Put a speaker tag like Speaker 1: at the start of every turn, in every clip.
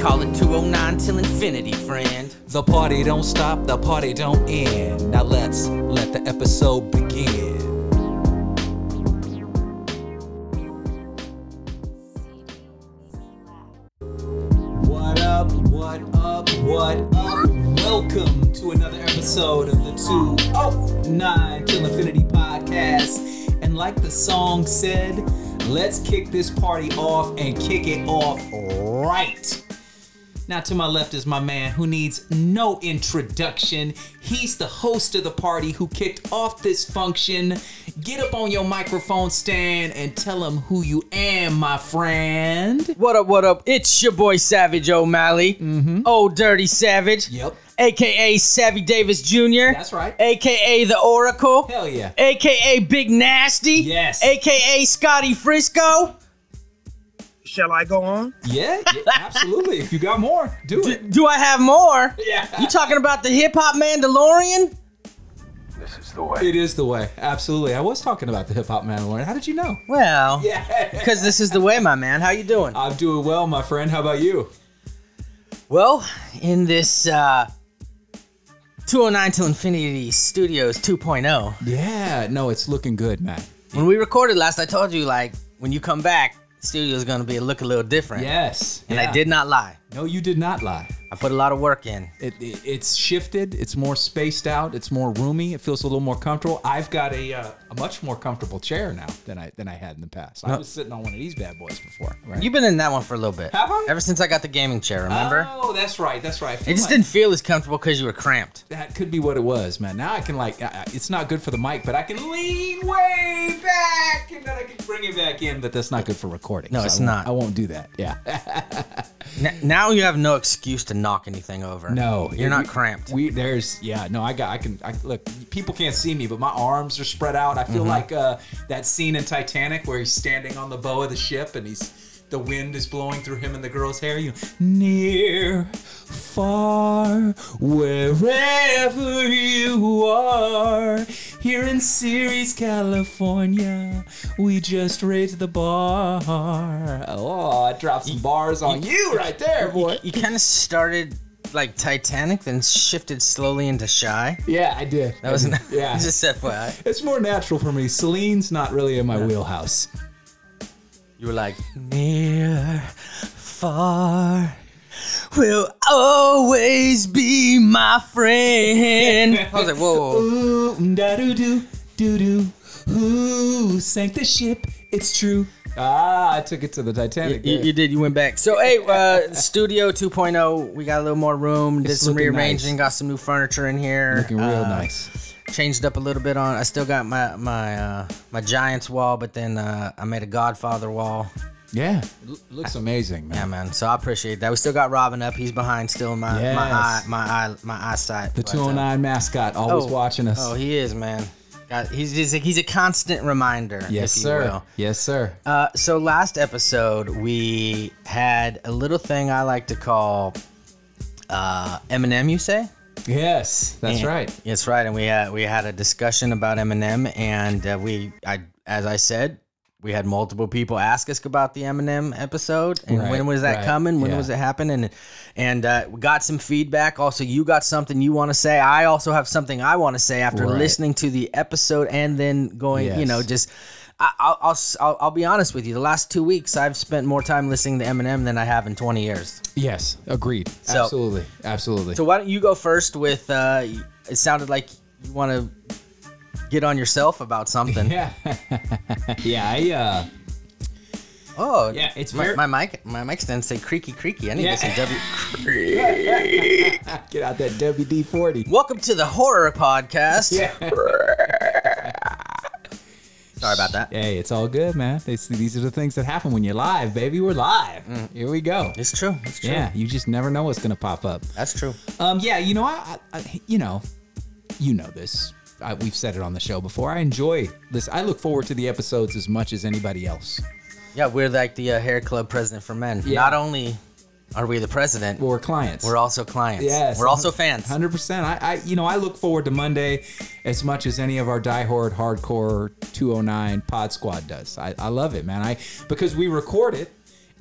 Speaker 1: call it 209 till infinity, friend.
Speaker 2: The party don't stop, the party don't end. Now let's let the episode begin. What up, what up, what up? Welcome to another episode of the 209 Till Infinity Podcast. And like the song said, let's kick this party off and kick it off right. Now, to my left is my man who needs no introduction. He's the host of the party who kicked off this function. Get up on your microphone stand and tell him who you am, my friend.
Speaker 1: What up, what up? It's your boy Savage O'Malley. Mm-hmm. Old Dirty Savage.
Speaker 2: Yep.
Speaker 1: AKA Savvy Davis Jr.
Speaker 2: That's right.
Speaker 1: AKA The Oracle.
Speaker 2: Hell yeah.
Speaker 1: AKA Big Nasty.
Speaker 2: Yes.
Speaker 1: AKA Scotty Frisco.
Speaker 3: Shall I go on?
Speaker 2: Yeah, yeah, absolutely. If you got more, do
Speaker 1: D-
Speaker 2: it.
Speaker 1: do I have more?
Speaker 2: Yeah.
Speaker 1: You talking about the hip hop Mandalorian?
Speaker 4: This is the way.
Speaker 2: It is the way. Absolutely. I was talking about the hip hop man. Lauren. How did you know?
Speaker 1: Well,
Speaker 2: Yeah.
Speaker 1: because this is the way, my man. How you doing?
Speaker 2: I'm doing well, my friend. How about you?
Speaker 1: Well, in this uh, 209 till infinity studios 2.0,
Speaker 2: Yeah. No, it's looking good, man.
Speaker 1: when we recorded last, I told you like when you come back, the studio's gonna be look a little different.
Speaker 2: Yes.
Speaker 1: And
Speaker 2: yeah.
Speaker 1: I did not lie.
Speaker 2: No, you did not lie.
Speaker 1: I put a lot of work in.
Speaker 2: It, it, it's shifted. It's more spaced out. It's more roomy. It feels a little more comfortable. I've got a, uh, a much more comfortable chair now than I than I had in the past. I was sitting on one of these bad boys before. Right?
Speaker 1: You've been in that one for a little bit.
Speaker 2: Have I?
Speaker 1: Ever since I got the gaming chair, remember?
Speaker 2: Oh, that's right. That's right. I
Speaker 1: it
Speaker 2: feel
Speaker 1: just
Speaker 2: like
Speaker 1: didn't feel as comfortable because you were cramped.
Speaker 2: That could be what it was, man. Now I can like, I, I- it's not good for the mic, but I can lean way back and then I can bring it back in. But that's not good for recording.
Speaker 1: No,
Speaker 2: I
Speaker 1: it's
Speaker 2: won't-
Speaker 1: not.
Speaker 2: I won't do that. Yeah.
Speaker 1: N- now you have no excuse to knock anything over.
Speaker 2: No,
Speaker 1: you're
Speaker 2: it-
Speaker 1: not
Speaker 2: we-
Speaker 1: cramped.
Speaker 2: We there's yeah no I got I can I look people can't see me but my arms are spread out. I feel
Speaker 1: Mm-hmm.
Speaker 2: like uh, that scene in Titanic where he's standing on the bow of the ship and he's the wind is blowing through him and the girl's hair. You near, far, wherever you are. Here in Ceres, California, we just raised the bar. Oh, I dropped some bars on you right there, boy.
Speaker 1: you kind of started like Titanic, then shifted slowly into shy.
Speaker 2: Yeah, I did.
Speaker 1: That was an,
Speaker 2: yeah.
Speaker 1: just FYI.
Speaker 2: It's more natural for me. Celine's not really in my wheelhouse.
Speaker 1: You were like near, far, will always be my friend. I was like, whoa.
Speaker 2: Ooh, da doo doo, doo doo. Who sank the ship? It's true. Ah, I took it to the Titanic.
Speaker 1: You,
Speaker 2: there.
Speaker 1: you did. You went back. So, hey, uh, Studio 2.0. We got a little more room. Did
Speaker 2: It's
Speaker 1: some
Speaker 2: looking
Speaker 1: rearranging.
Speaker 2: nice.
Speaker 1: Got some new furniture in here.
Speaker 2: Looking real
Speaker 1: Uh,
Speaker 2: nice.
Speaker 1: Changed up a little bit on. I still got my my uh, my Giants wall, but then uh, I made a Godfather wall.
Speaker 2: Yeah, it lo- looks amazing,
Speaker 1: Yeah,
Speaker 2: man.
Speaker 1: man. So I appreciate that. We still got Robin up. He's behind still in my my eye
Speaker 2: Yes.
Speaker 1: my eye my eyesight.
Speaker 2: The
Speaker 1: But, uh,
Speaker 2: 209 mascot always watching us.
Speaker 1: Oh, he is, man. Got, he's just, he's a constant reminder.
Speaker 2: yes,
Speaker 1: if you
Speaker 2: sir.
Speaker 1: Will.
Speaker 2: Yes, sir.
Speaker 1: Uh, so last episode we had a little thing I like to call uh, Eminem. You say?
Speaker 2: Yes, that's
Speaker 1: And-
Speaker 2: right.
Speaker 1: That's right. And we had we had a discussion about Eminem, and uh, we I as I said we had multiple people ask us about the Eminem episode and
Speaker 2: Right,
Speaker 1: when was that
Speaker 2: right,
Speaker 1: coming? When
Speaker 2: yeah.
Speaker 1: was it happening? And and uh, we got some feedback. Also, you got something you want to say. I also have something I want to say after
Speaker 2: Right.
Speaker 1: listening to the episode and then going. You know,
Speaker 2: Yes.
Speaker 1: just I, I'll, I'll s- I'll I'll be honest with you. The last two weeks, I've spent more time listening to Eminem than I have in twenty years.
Speaker 2: Yes, agreed.
Speaker 1: So-
Speaker 2: absolutely, absolutely.
Speaker 1: So why don't you go first? With uh, it sounded like you want to get on yourself about something.
Speaker 2: yeah, yeah. I, uh,
Speaker 1: Oh,
Speaker 2: Yeah, it's
Speaker 1: my,
Speaker 2: very-
Speaker 1: my mic. My mic stand say creaky creaky. I need
Speaker 2: Yeah.
Speaker 1: to say W.
Speaker 2: get out that WD forty.
Speaker 1: Welcome to the horror podcast.
Speaker 2: Yeah.
Speaker 1: Sorry about that.
Speaker 2: Hey, it's all good, man. These, these are the things that happen when you're live, baby. We're live. Here we go.
Speaker 1: It's true. It's true.
Speaker 2: Yeah, you just never know what's gonna pop up.
Speaker 1: That's true.
Speaker 2: Um, yeah, you know, I, I, I you know, you know this. I, we've said it on the show before. I enjoy this. I look forward to the episodes as much as anybody else.
Speaker 1: Yeah, we're like the uh, hair club president for men.
Speaker 2: Yeah.
Speaker 1: Not only are we the president,
Speaker 2: Or clients.
Speaker 1: we're also clients.
Speaker 2: Yes,
Speaker 1: We're also fans.
Speaker 2: Hundred percent. I, I, you know, I look forward to Monday as much as any of our diehard hardcore 209 Pod Squad does. I, I love it, man. I because we record it,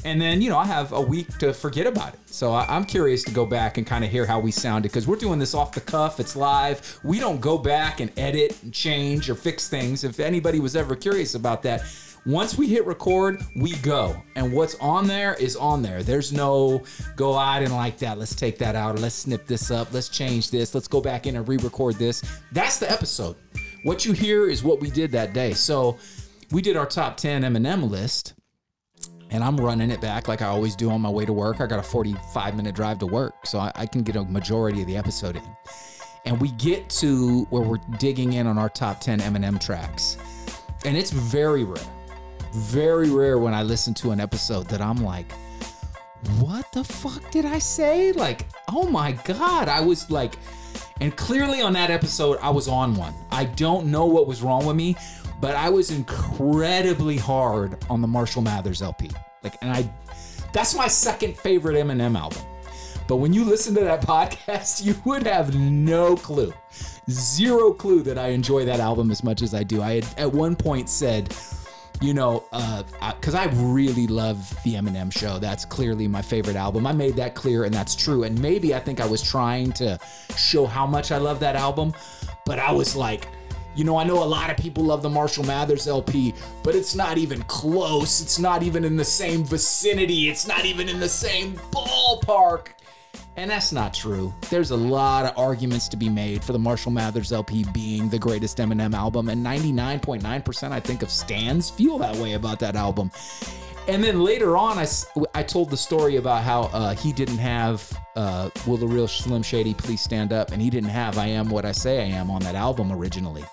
Speaker 2: and then you know I have a week to forget about it. So I, I'm curious to go back and kind of hear how we sounded because we're doing this off the cuff. It's live. We don't go back and edit and change or fix things. If anybody was ever curious about that. Once we hit record, we go. And what's on there is on there. There's no go, I didn't like that. Let's take that out. Let's snip this up. Let's change this. Let's go back in and re record this. That's the episode. What you hear is what we did that day. So we did our top 10 Eminem list. And I'm running it back like I always do on my way to work. I got a 45 minute drive to work, so I, I can get a majority of the episode in. And we get to where we're digging in on our top 10 Eminem tracks. And it's very rare very rare when I listen to an episode that I'm like, what the fuck did I say? Like, oh my God, I was like, and clearly on that episode, I was on one. I don't know what was wrong with me, but I was incredibly hard on the Marshall Mathers LP. Like, and I, that's my second favorite Eminem album. But when you listen to that podcast, you would have no clue, zero clue that I enjoy that album as much as I do. I had at one point said, you know, because I really love the Eminem Show. That's clearly my favorite album. I made that clear, and that's true. And maybe I think I was trying to show how much I love that album, but I was like, you know, I know a lot of people love the Marshall Mathers LP, but it's not even close. It's not even in the same vicinity. It's not even in the same ballpark. And that's not true. There's a lot of arguments to be made for the Marshall Mathers LP being the greatest Eminem album, and 99.9% I think of stands feel that way about that album. And then later on, I, s- I told the story about how uh, he didn't have uh, Will the Real Slim Shady Please Stand Up, and he didn't have I Am What I Say I Am on that album originally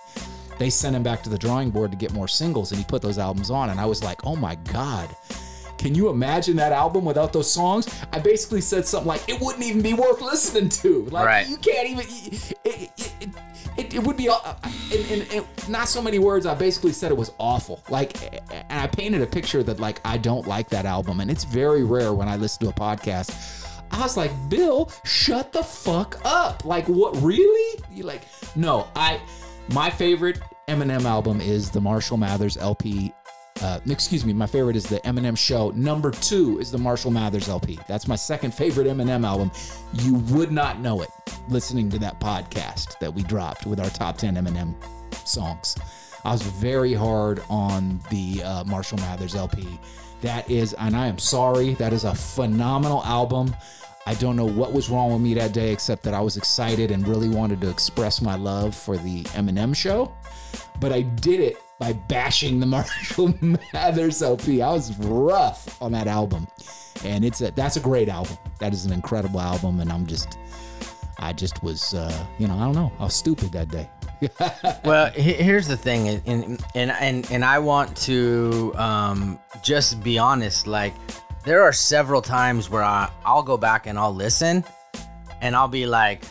Speaker 2: they sent him back to the drawing board to get more singles and he put those albums on and i was like oh my god can you imagine that album without those songs i basically said something like it wouldn't even be worth listening to like
Speaker 1: Right.
Speaker 2: you can't even it, it, it, it, it would be uh, all, in, in, in not so many words i basically said it was awful like and i painted a picture that like i don't like that album and it's very rare when i listen to a podcast I was like, Bill, shut the fuck up. Like, what, really? You like, no, I, my favorite Eminem album is the Marshall Mathers LP. Uh, excuse me, my favorite is the Eminem Show. Number two is the Marshall Mathers LP. That's my second favorite Eminem album. You would not know it listening to that podcast that we dropped with our top 10 Eminem songs. I was very hard on the uh, Marshall Mathers LP. That is, and I am sorry, that is a phenomenal album. I don't know what was wrong with me that day, except that I was excited and really wanted to express my love for the Eminem show. But I did it by bashing the Marshall Mathers LP. I was rough on that album. And it's a that's a great album. That is an incredible album, and I'm just I just was uh, you know, I don't know. I was stupid that day.
Speaker 1: well, he- here's the thing, and and and, and I want to um, just be honest. Like, there are several times where I, I'll go back and I'll listen, and I'll be like,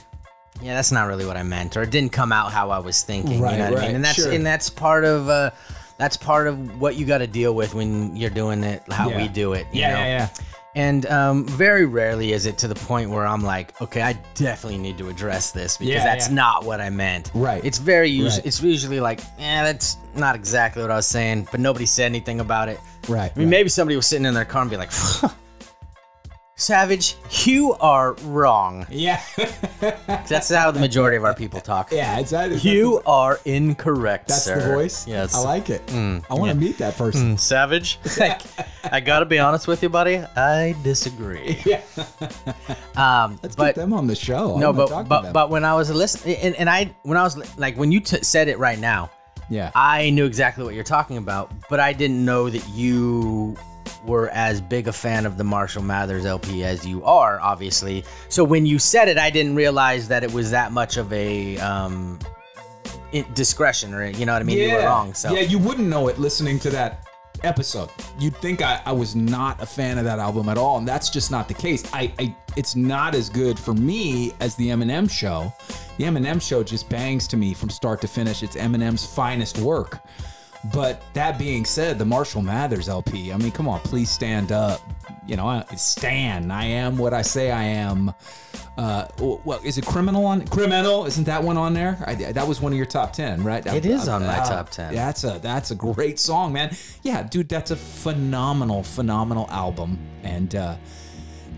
Speaker 1: "Yeah, that's not really what I meant," or it didn't come out how I was thinking.
Speaker 2: Right,
Speaker 1: you know what I
Speaker 2: right,
Speaker 1: mean? And that's
Speaker 2: sure.
Speaker 1: and that's part of. Uh, that's part of what you got to deal with when you're doing it how
Speaker 2: Yeah.
Speaker 1: we do it. You know? And um, very rarely is it to the point where I'm like, okay, I definitely need to address this because
Speaker 2: Yeah,
Speaker 1: that's
Speaker 2: yeah.
Speaker 1: not what I meant.
Speaker 2: Right.
Speaker 1: It's very usually
Speaker 2: Right.
Speaker 1: it's usually like, yeah, that's not exactly what I was saying, but nobody said anything about it.
Speaker 2: Right.
Speaker 1: I mean, maybe somebody was sitting in their car and be like, Savage, you are wrong.
Speaker 2: Yeah.
Speaker 1: That's how the majority of our people talk.
Speaker 2: yeah. It's, that is-
Speaker 1: You are incorrect,
Speaker 2: That's
Speaker 1: sir.
Speaker 2: the voice.
Speaker 1: Yes.
Speaker 2: I like it. I want to meet that person.
Speaker 1: Mm, Savage. Like, I gotta be honest with you, buddy. I disagree.
Speaker 2: Yeah.
Speaker 1: Um,
Speaker 2: Let's get
Speaker 1: but
Speaker 2: them on the show. I
Speaker 1: no,
Speaker 2: wanna
Speaker 1: but
Speaker 2: talk to
Speaker 1: but
Speaker 2: them.
Speaker 1: but when I was listening, and, and I when I was li- like when you t- said it right now,
Speaker 2: yeah.
Speaker 1: I knew exactly what you're talking about, but I didn't know that you were as big a fan of the Marshall Mathers LP as you are, obviously. So when you said it, I didn't realize that it was that much of a um, in- discretion, or you know what I mean? You were wrong. So
Speaker 2: Yeah, you wouldn't know it listening to that episode. You'd think I, I was not a fan of that album at all, and that's just not the case. I, I it's not as good for me as the Eminem show. The Eminem show just bangs to me from start to finish. It's Eminem's finest work. But that being said, the Marshall Mathers LP, I mean, come on, please stand up. You know, I, stand. I am what I say I am. Uh, w- well, is it criminal on criminal? Isn't that one on there? I, that was one of your top ten, right?
Speaker 1: It is on my top 10.
Speaker 2: That's a that's a great song, man. Yeah, dude, that's a phenomenal, phenomenal album, and uh,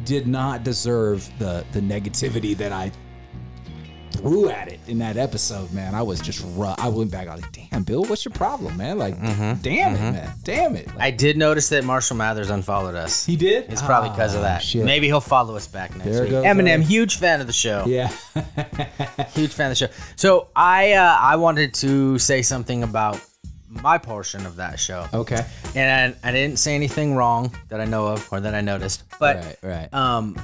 Speaker 2: did not deserve the the negativity that I threw at it in that episode, man. I was just rough. I went back. I was like, damn, Bill, what's your problem, man? Like, damn it, man, damn it. Like,
Speaker 1: Mm-hmm. I did notice that Marshall Mathers unfollowed us.
Speaker 2: he did.
Speaker 1: It's probably because of
Speaker 2: Ah,
Speaker 1: that.
Speaker 2: shit.
Speaker 1: Maybe he'll follow us back next
Speaker 2: There
Speaker 1: week.
Speaker 2: goes
Speaker 1: Eminem,
Speaker 2: our-
Speaker 1: huge fan of the show.
Speaker 2: Yeah.
Speaker 1: Huge fan of the show. So I uh, I wanted to say something about my portion of that show,
Speaker 2: Okay.
Speaker 1: and I, I didn't say anything wrong that I know of or that I noticed. But
Speaker 2: right. Uh-huh. Right.
Speaker 1: um,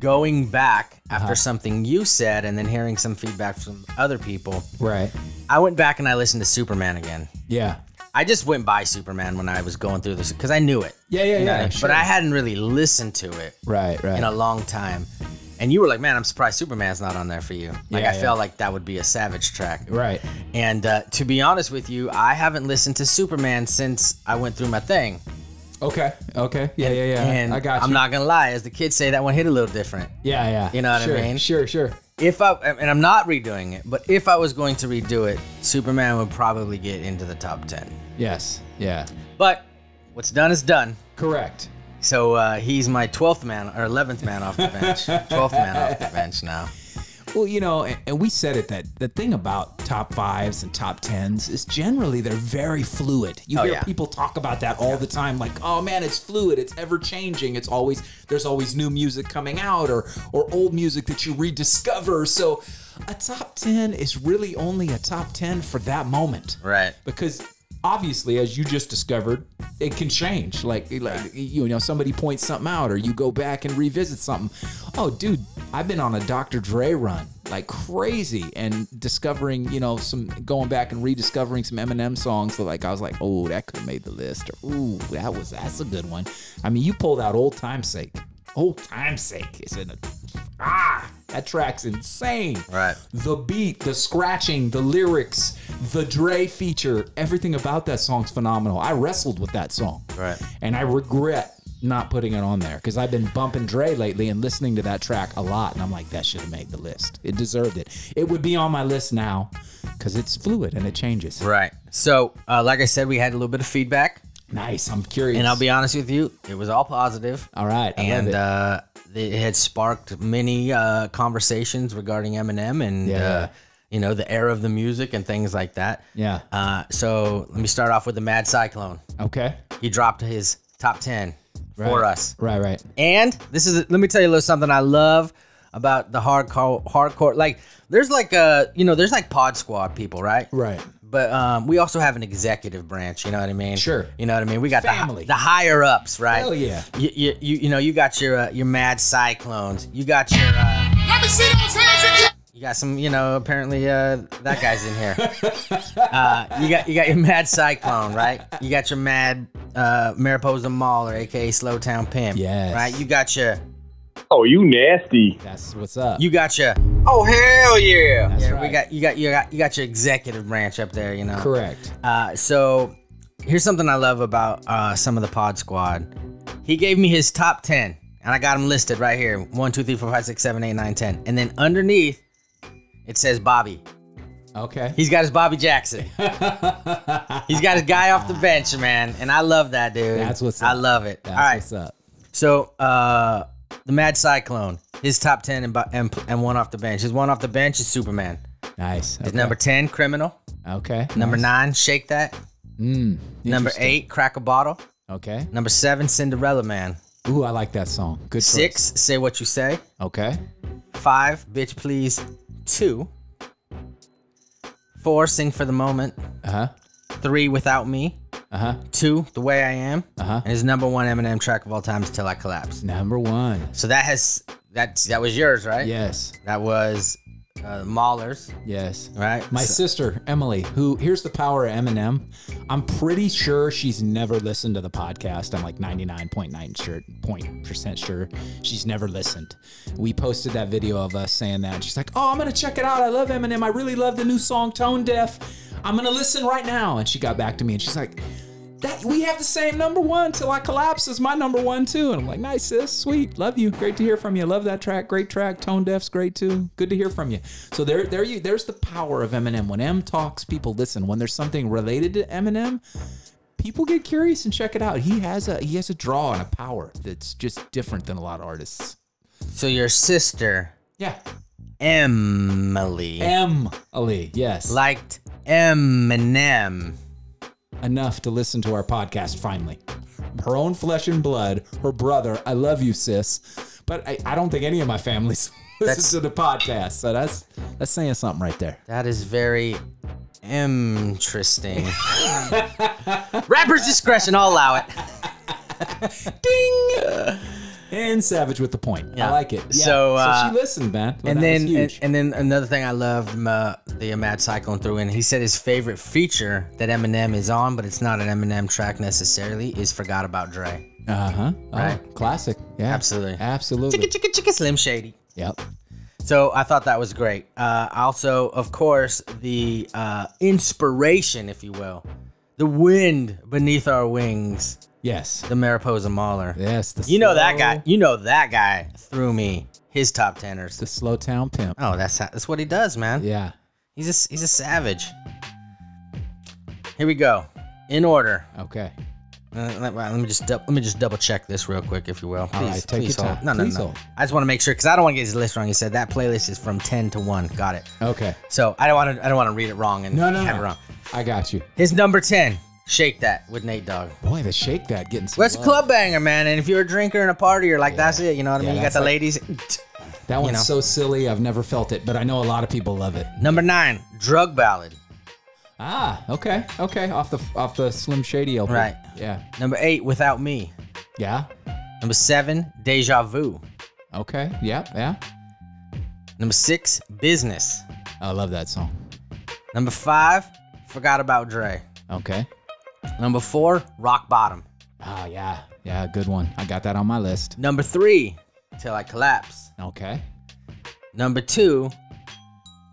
Speaker 1: going back after something you said, and then hearing some feedback from other people,
Speaker 2: right.
Speaker 1: I went back and I listened to Superman again.
Speaker 2: Yeah.
Speaker 1: I just went by Superman when I was going through this because I knew it.
Speaker 2: Yeah. Yeah.
Speaker 1: You know what I
Speaker 2: Yeah.
Speaker 1: mean?
Speaker 2: sure.
Speaker 1: But I hadn't really listened to it
Speaker 2: Right. Right.
Speaker 1: in a long time. And you were like, man, I'm surprised Superman's not on there for you. Like,
Speaker 2: Yeah,
Speaker 1: I
Speaker 2: yeah.
Speaker 1: felt like that would be a savage track.
Speaker 2: right.
Speaker 1: And uh, to be honest with you, I haven't listened to Superman since I went through my thing.
Speaker 2: Okay. Okay. Yeah. Yeah. Yeah.
Speaker 1: And
Speaker 2: I got you.
Speaker 1: I'm not going to lie, as the kids say, that one hit a little different.
Speaker 2: Yeah, yeah.
Speaker 1: You know what I
Speaker 2: sure,
Speaker 1: mean?
Speaker 2: Sure, sure.
Speaker 1: If I, and I'm not redoing it, but if I was going to redo it, Superman would probably get into the top 10.
Speaker 2: Yes. Yeah.
Speaker 1: But what's done is done.
Speaker 2: Correct.
Speaker 1: So uh, he's my 12th man or 11th man off the bench. 12th man off the bench now.
Speaker 2: Well, you know, and, and we said it that the thing about top fives and top tens is generally they're very fluid. You
Speaker 1: Oh,
Speaker 2: hear
Speaker 1: yeah.
Speaker 2: people talk about that all the time, like, oh man, it's fluid, it's ever changing, it's always there's always new music coming out or or old music that you rediscover. So a top ten is really only a top ten for that moment.
Speaker 1: Right.
Speaker 2: because obviously as you just discovered it can change like like you know somebody points something out or you go back and revisit something oh dude i've been on a dr dre run like crazy and discovering you know some going back and rediscovering some eminem songs that like i was like oh that could have made the list or ooh that was that's a good one i mean you pulled out old time's sake old time's sake is in a ah that track's insane
Speaker 1: Right.
Speaker 2: the beat, the scratching, the lyrics, the Dre feature, everything about that song's phenomenal. I wrestled with that song.
Speaker 1: Right.
Speaker 2: And I regret not putting it on there because I've been bumping Dre lately and listening to that track a lot. And I'm like, that should have made the list. It deserved it. It would be on my list now because it's fluid and it changes.
Speaker 1: Right. So, uh, like I said, we had a little bit of feedback.
Speaker 2: Nice. I'm curious.
Speaker 1: And I'll be honest with you, it was all positive.
Speaker 2: All right. I
Speaker 1: and
Speaker 2: love it.
Speaker 1: uh, it had sparked many uh, conversations regarding Eminem and
Speaker 2: Yeah.
Speaker 1: uh, you know the era of the music and things like that.
Speaker 2: yeah.
Speaker 1: Uh, so let me start off with the Mad Cyclone.
Speaker 2: Okay.
Speaker 1: He dropped his top ten for
Speaker 2: Right.
Speaker 1: us,
Speaker 2: Right, right.
Speaker 1: and this is let me tell you a little something I love about the hardcore hardcore. Like there's like a you know there's like Pod Squad people, right?
Speaker 2: Right.
Speaker 1: But um, we also have an executive branch. You know what I mean?
Speaker 2: Sure.
Speaker 1: You know what I mean? We got
Speaker 2: Family.
Speaker 1: the the higher ups, right?
Speaker 2: Hell yeah.
Speaker 1: You you, you, you know you got your uh, your mad cyclones. You got your uh,
Speaker 5: Let me see those hands in the
Speaker 1: you got some you know apparently uh, that guy's in here. uh, you got you got your mad cyclone, right? You got your mad uh, Mariposa Mauler, aka Slowtown Pimp.
Speaker 2: Yes.
Speaker 1: Right. You got your
Speaker 6: Oh, you nasty.
Speaker 2: That's what's up.
Speaker 1: you got your
Speaker 6: Oh, hell yeah.
Speaker 2: That's
Speaker 1: yeah, we
Speaker 2: right.
Speaker 1: got you got you got you got your executive branch up there. You know.
Speaker 2: correct.
Speaker 1: Uh, so here's something I love about uh, some of the Pod Squad. He gave me his top 10, and I got them listed right here 1, 2, 3, 4, 5, 6, 7, 8, 9, 10. And then underneath, it says Bobby.
Speaker 2: Okay.
Speaker 1: He's got his Bobby Jackson. He's got his guy off the bench, man. And I love that, dude.
Speaker 2: That's what's
Speaker 1: I
Speaker 2: up.
Speaker 1: love it.
Speaker 2: That's
Speaker 1: All right.
Speaker 2: what's up.
Speaker 1: So, uh, the Mad Cyclone, his top 10 and, bu- and, and one off the bench. His one off the bench is Superman.
Speaker 2: Nice.
Speaker 1: His
Speaker 2: Okay.
Speaker 1: number 10, Criminal.
Speaker 2: Okay.
Speaker 1: Number
Speaker 2: nice.
Speaker 1: 9, Shake That.
Speaker 2: Mm,
Speaker 1: Number
Speaker 2: interesting.
Speaker 1: 8, Crack a Bottle.
Speaker 2: Okay.
Speaker 1: Number 7, Cinderella Man.
Speaker 2: Ooh, I like that song. Good. choice.
Speaker 1: 6, Say What You Say.
Speaker 2: Okay.
Speaker 1: Five, bitch please. Two. Four, sing for the moment.
Speaker 2: Uh huh.
Speaker 1: Three, without me.
Speaker 2: Uh huh.
Speaker 1: Two, the way I am.
Speaker 2: Uh-huh.
Speaker 1: And his number one Eminem track of all time is "Till I Collapse."
Speaker 2: Number one.
Speaker 1: So that has that's that was yours, right?
Speaker 2: Yes.
Speaker 1: That was uh, Mahler's,
Speaker 2: Yes.
Speaker 1: right?
Speaker 2: My
Speaker 1: So-
Speaker 2: sister Emily, who here's the power of Eminem. I'm pretty sure she's never listened to the podcast. I'm like 99.9 sure, point percent sure she's never listened. We posted that video of us saying that. And she's like, "Oh, I'm gonna check it out. I love Eminem. I really love the new song Tone Deaf. I'm gonna listen right now." And she got back to me and she's like, "That we have the same number one till I collapse is my number one too." And I'm like, "Nice sis, sweet, love you. Great to hear from you. Love that track. Great track. Tone Deaf's great too. Good to hear from you." So there, there you. There's the power of Eminem. When M talks, people listen. When there's something related to Eminem people get curious and check it out. He has a he has a draw and a power that's just different than a lot of artists.
Speaker 1: so your sister
Speaker 2: Yeah.
Speaker 1: Emily
Speaker 2: M. Ali. Yes.
Speaker 1: liked Eminem.
Speaker 2: Enough to listen to our podcast finally. Her own flesh and blood, her brother. I love you, sis. But I, I don't think any of my families
Speaker 1: That's-
Speaker 2: listen to the podcast. So that's that's saying something right there.
Speaker 1: That is very interesting. Rapper's discretion, I'll allow it.
Speaker 2: Ding. And Savage with the point.
Speaker 1: Yeah.
Speaker 2: I like it. Yeah.
Speaker 1: So, uh,
Speaker 2: she listened, man. Well,
Speaker 1: and
Speaker 2: that was
Speaker 1: then
Speaker 2: huge.
Speaker 1: and, and then another thing I loved uh, the Mad Cyclone threw in. He said his favorite feature that Eminem is on, but it's not an Eminem track necessarily, is "Forgot About Dre."
Speaker 2: uh huh.
Speaker 1: Right.
Speaker 2: classic. Yeah.
Speaker 1: Absolutely.
Speaker 2: Absolutely.
Speaker 1: Chicka chicka chicka Slim Shady.
Speaker 2: Yep.
Speaker 1: So I thought that was great. Uh, also, of course, the uh, inspiration, if you will, the wind beneath our wings,
Speaker 2: Yes.
Speaker 1: the Mariposa Mauler.
Speaker 2: Yes, the
Speaker 1: You know that guy.
Speaker 2: slow-
Speaker 1: You know that guy threw me his top teners.
Speaker 2: the slow town pimp.
Speaker 1: Oh, that's how, that's what he does, man.
Speaker 2: Yeah.
Speaker 1: He's a, he's a savage. Here we go. In order.
Speaker 2: Okay.
Speaker 1: Uh, let, let me just dou- let me just double check this real quick, if you will. Please,
Speaker 2: right, take
Speaker 1: please
Speaker 2: your
Speaker 1: hold.
Speaker 2: time.
Speaker 1: No, no,
Speaker 2: Please
Speaker 1: no.
Speaker 2: hold.
Speaker 1: I just want to make sure because I don't want to get his list wrong. He said that playlist is from ten to one. Got it.
Speaker 2: Okay.
Speaker 1: So I don't want to I don't want to read it wrong and
Speaker 2: No, no,
Speaker 1: have
Speaker 2: no.
Speaker 1: it wrong.
Speaker 2: I got you.
Speaker 1: His number ten, shake that with Nate Dogg.
Speaker 2: Boy, the shake that getting some
Speaker 1: That's a
Speaker 2: love.
Speaker 1: club banger, man. And if you're a drinker and a party, you're like, that's it. You know what I
Speaker 2: Yeah,
Speaker 1: mean? You got
Speaker 2: that's
Speaker 1: the
Speaker 2: like-
Speaker 1: ladies.
Speaker 2: That one's
Speaker 1: know.
Speaker 2: so silly. I've never felt it, but I know a lot of people love it.
Speaker 1: Number nine, drug ballad.
Speaker 2: Ah, okay, okay. Off the off the Slim Shady LP.
Speaker 1: Right.
Speaker 2: Yeah.
Speaker 1: Number eight, without me.
Speaker 2: Yeah.
Speaker 1: Number seven, deja vu.
Speaker 2: Okay. Yeah. Yeah.
Speaker 1: Number six, business.
Speaker 2: I love that song.
Speaker 1: Number five, forgot about Dre.
Speaker 2: Okay.
Speaker 1: Number four, rock bottom.
Speaker 2: Ah, yeah. Yeah. Good one. I got that on my list.
Speaker 1: Number three, till I collapse.
Speaker 2: Okay.
Speaker 1: Number two,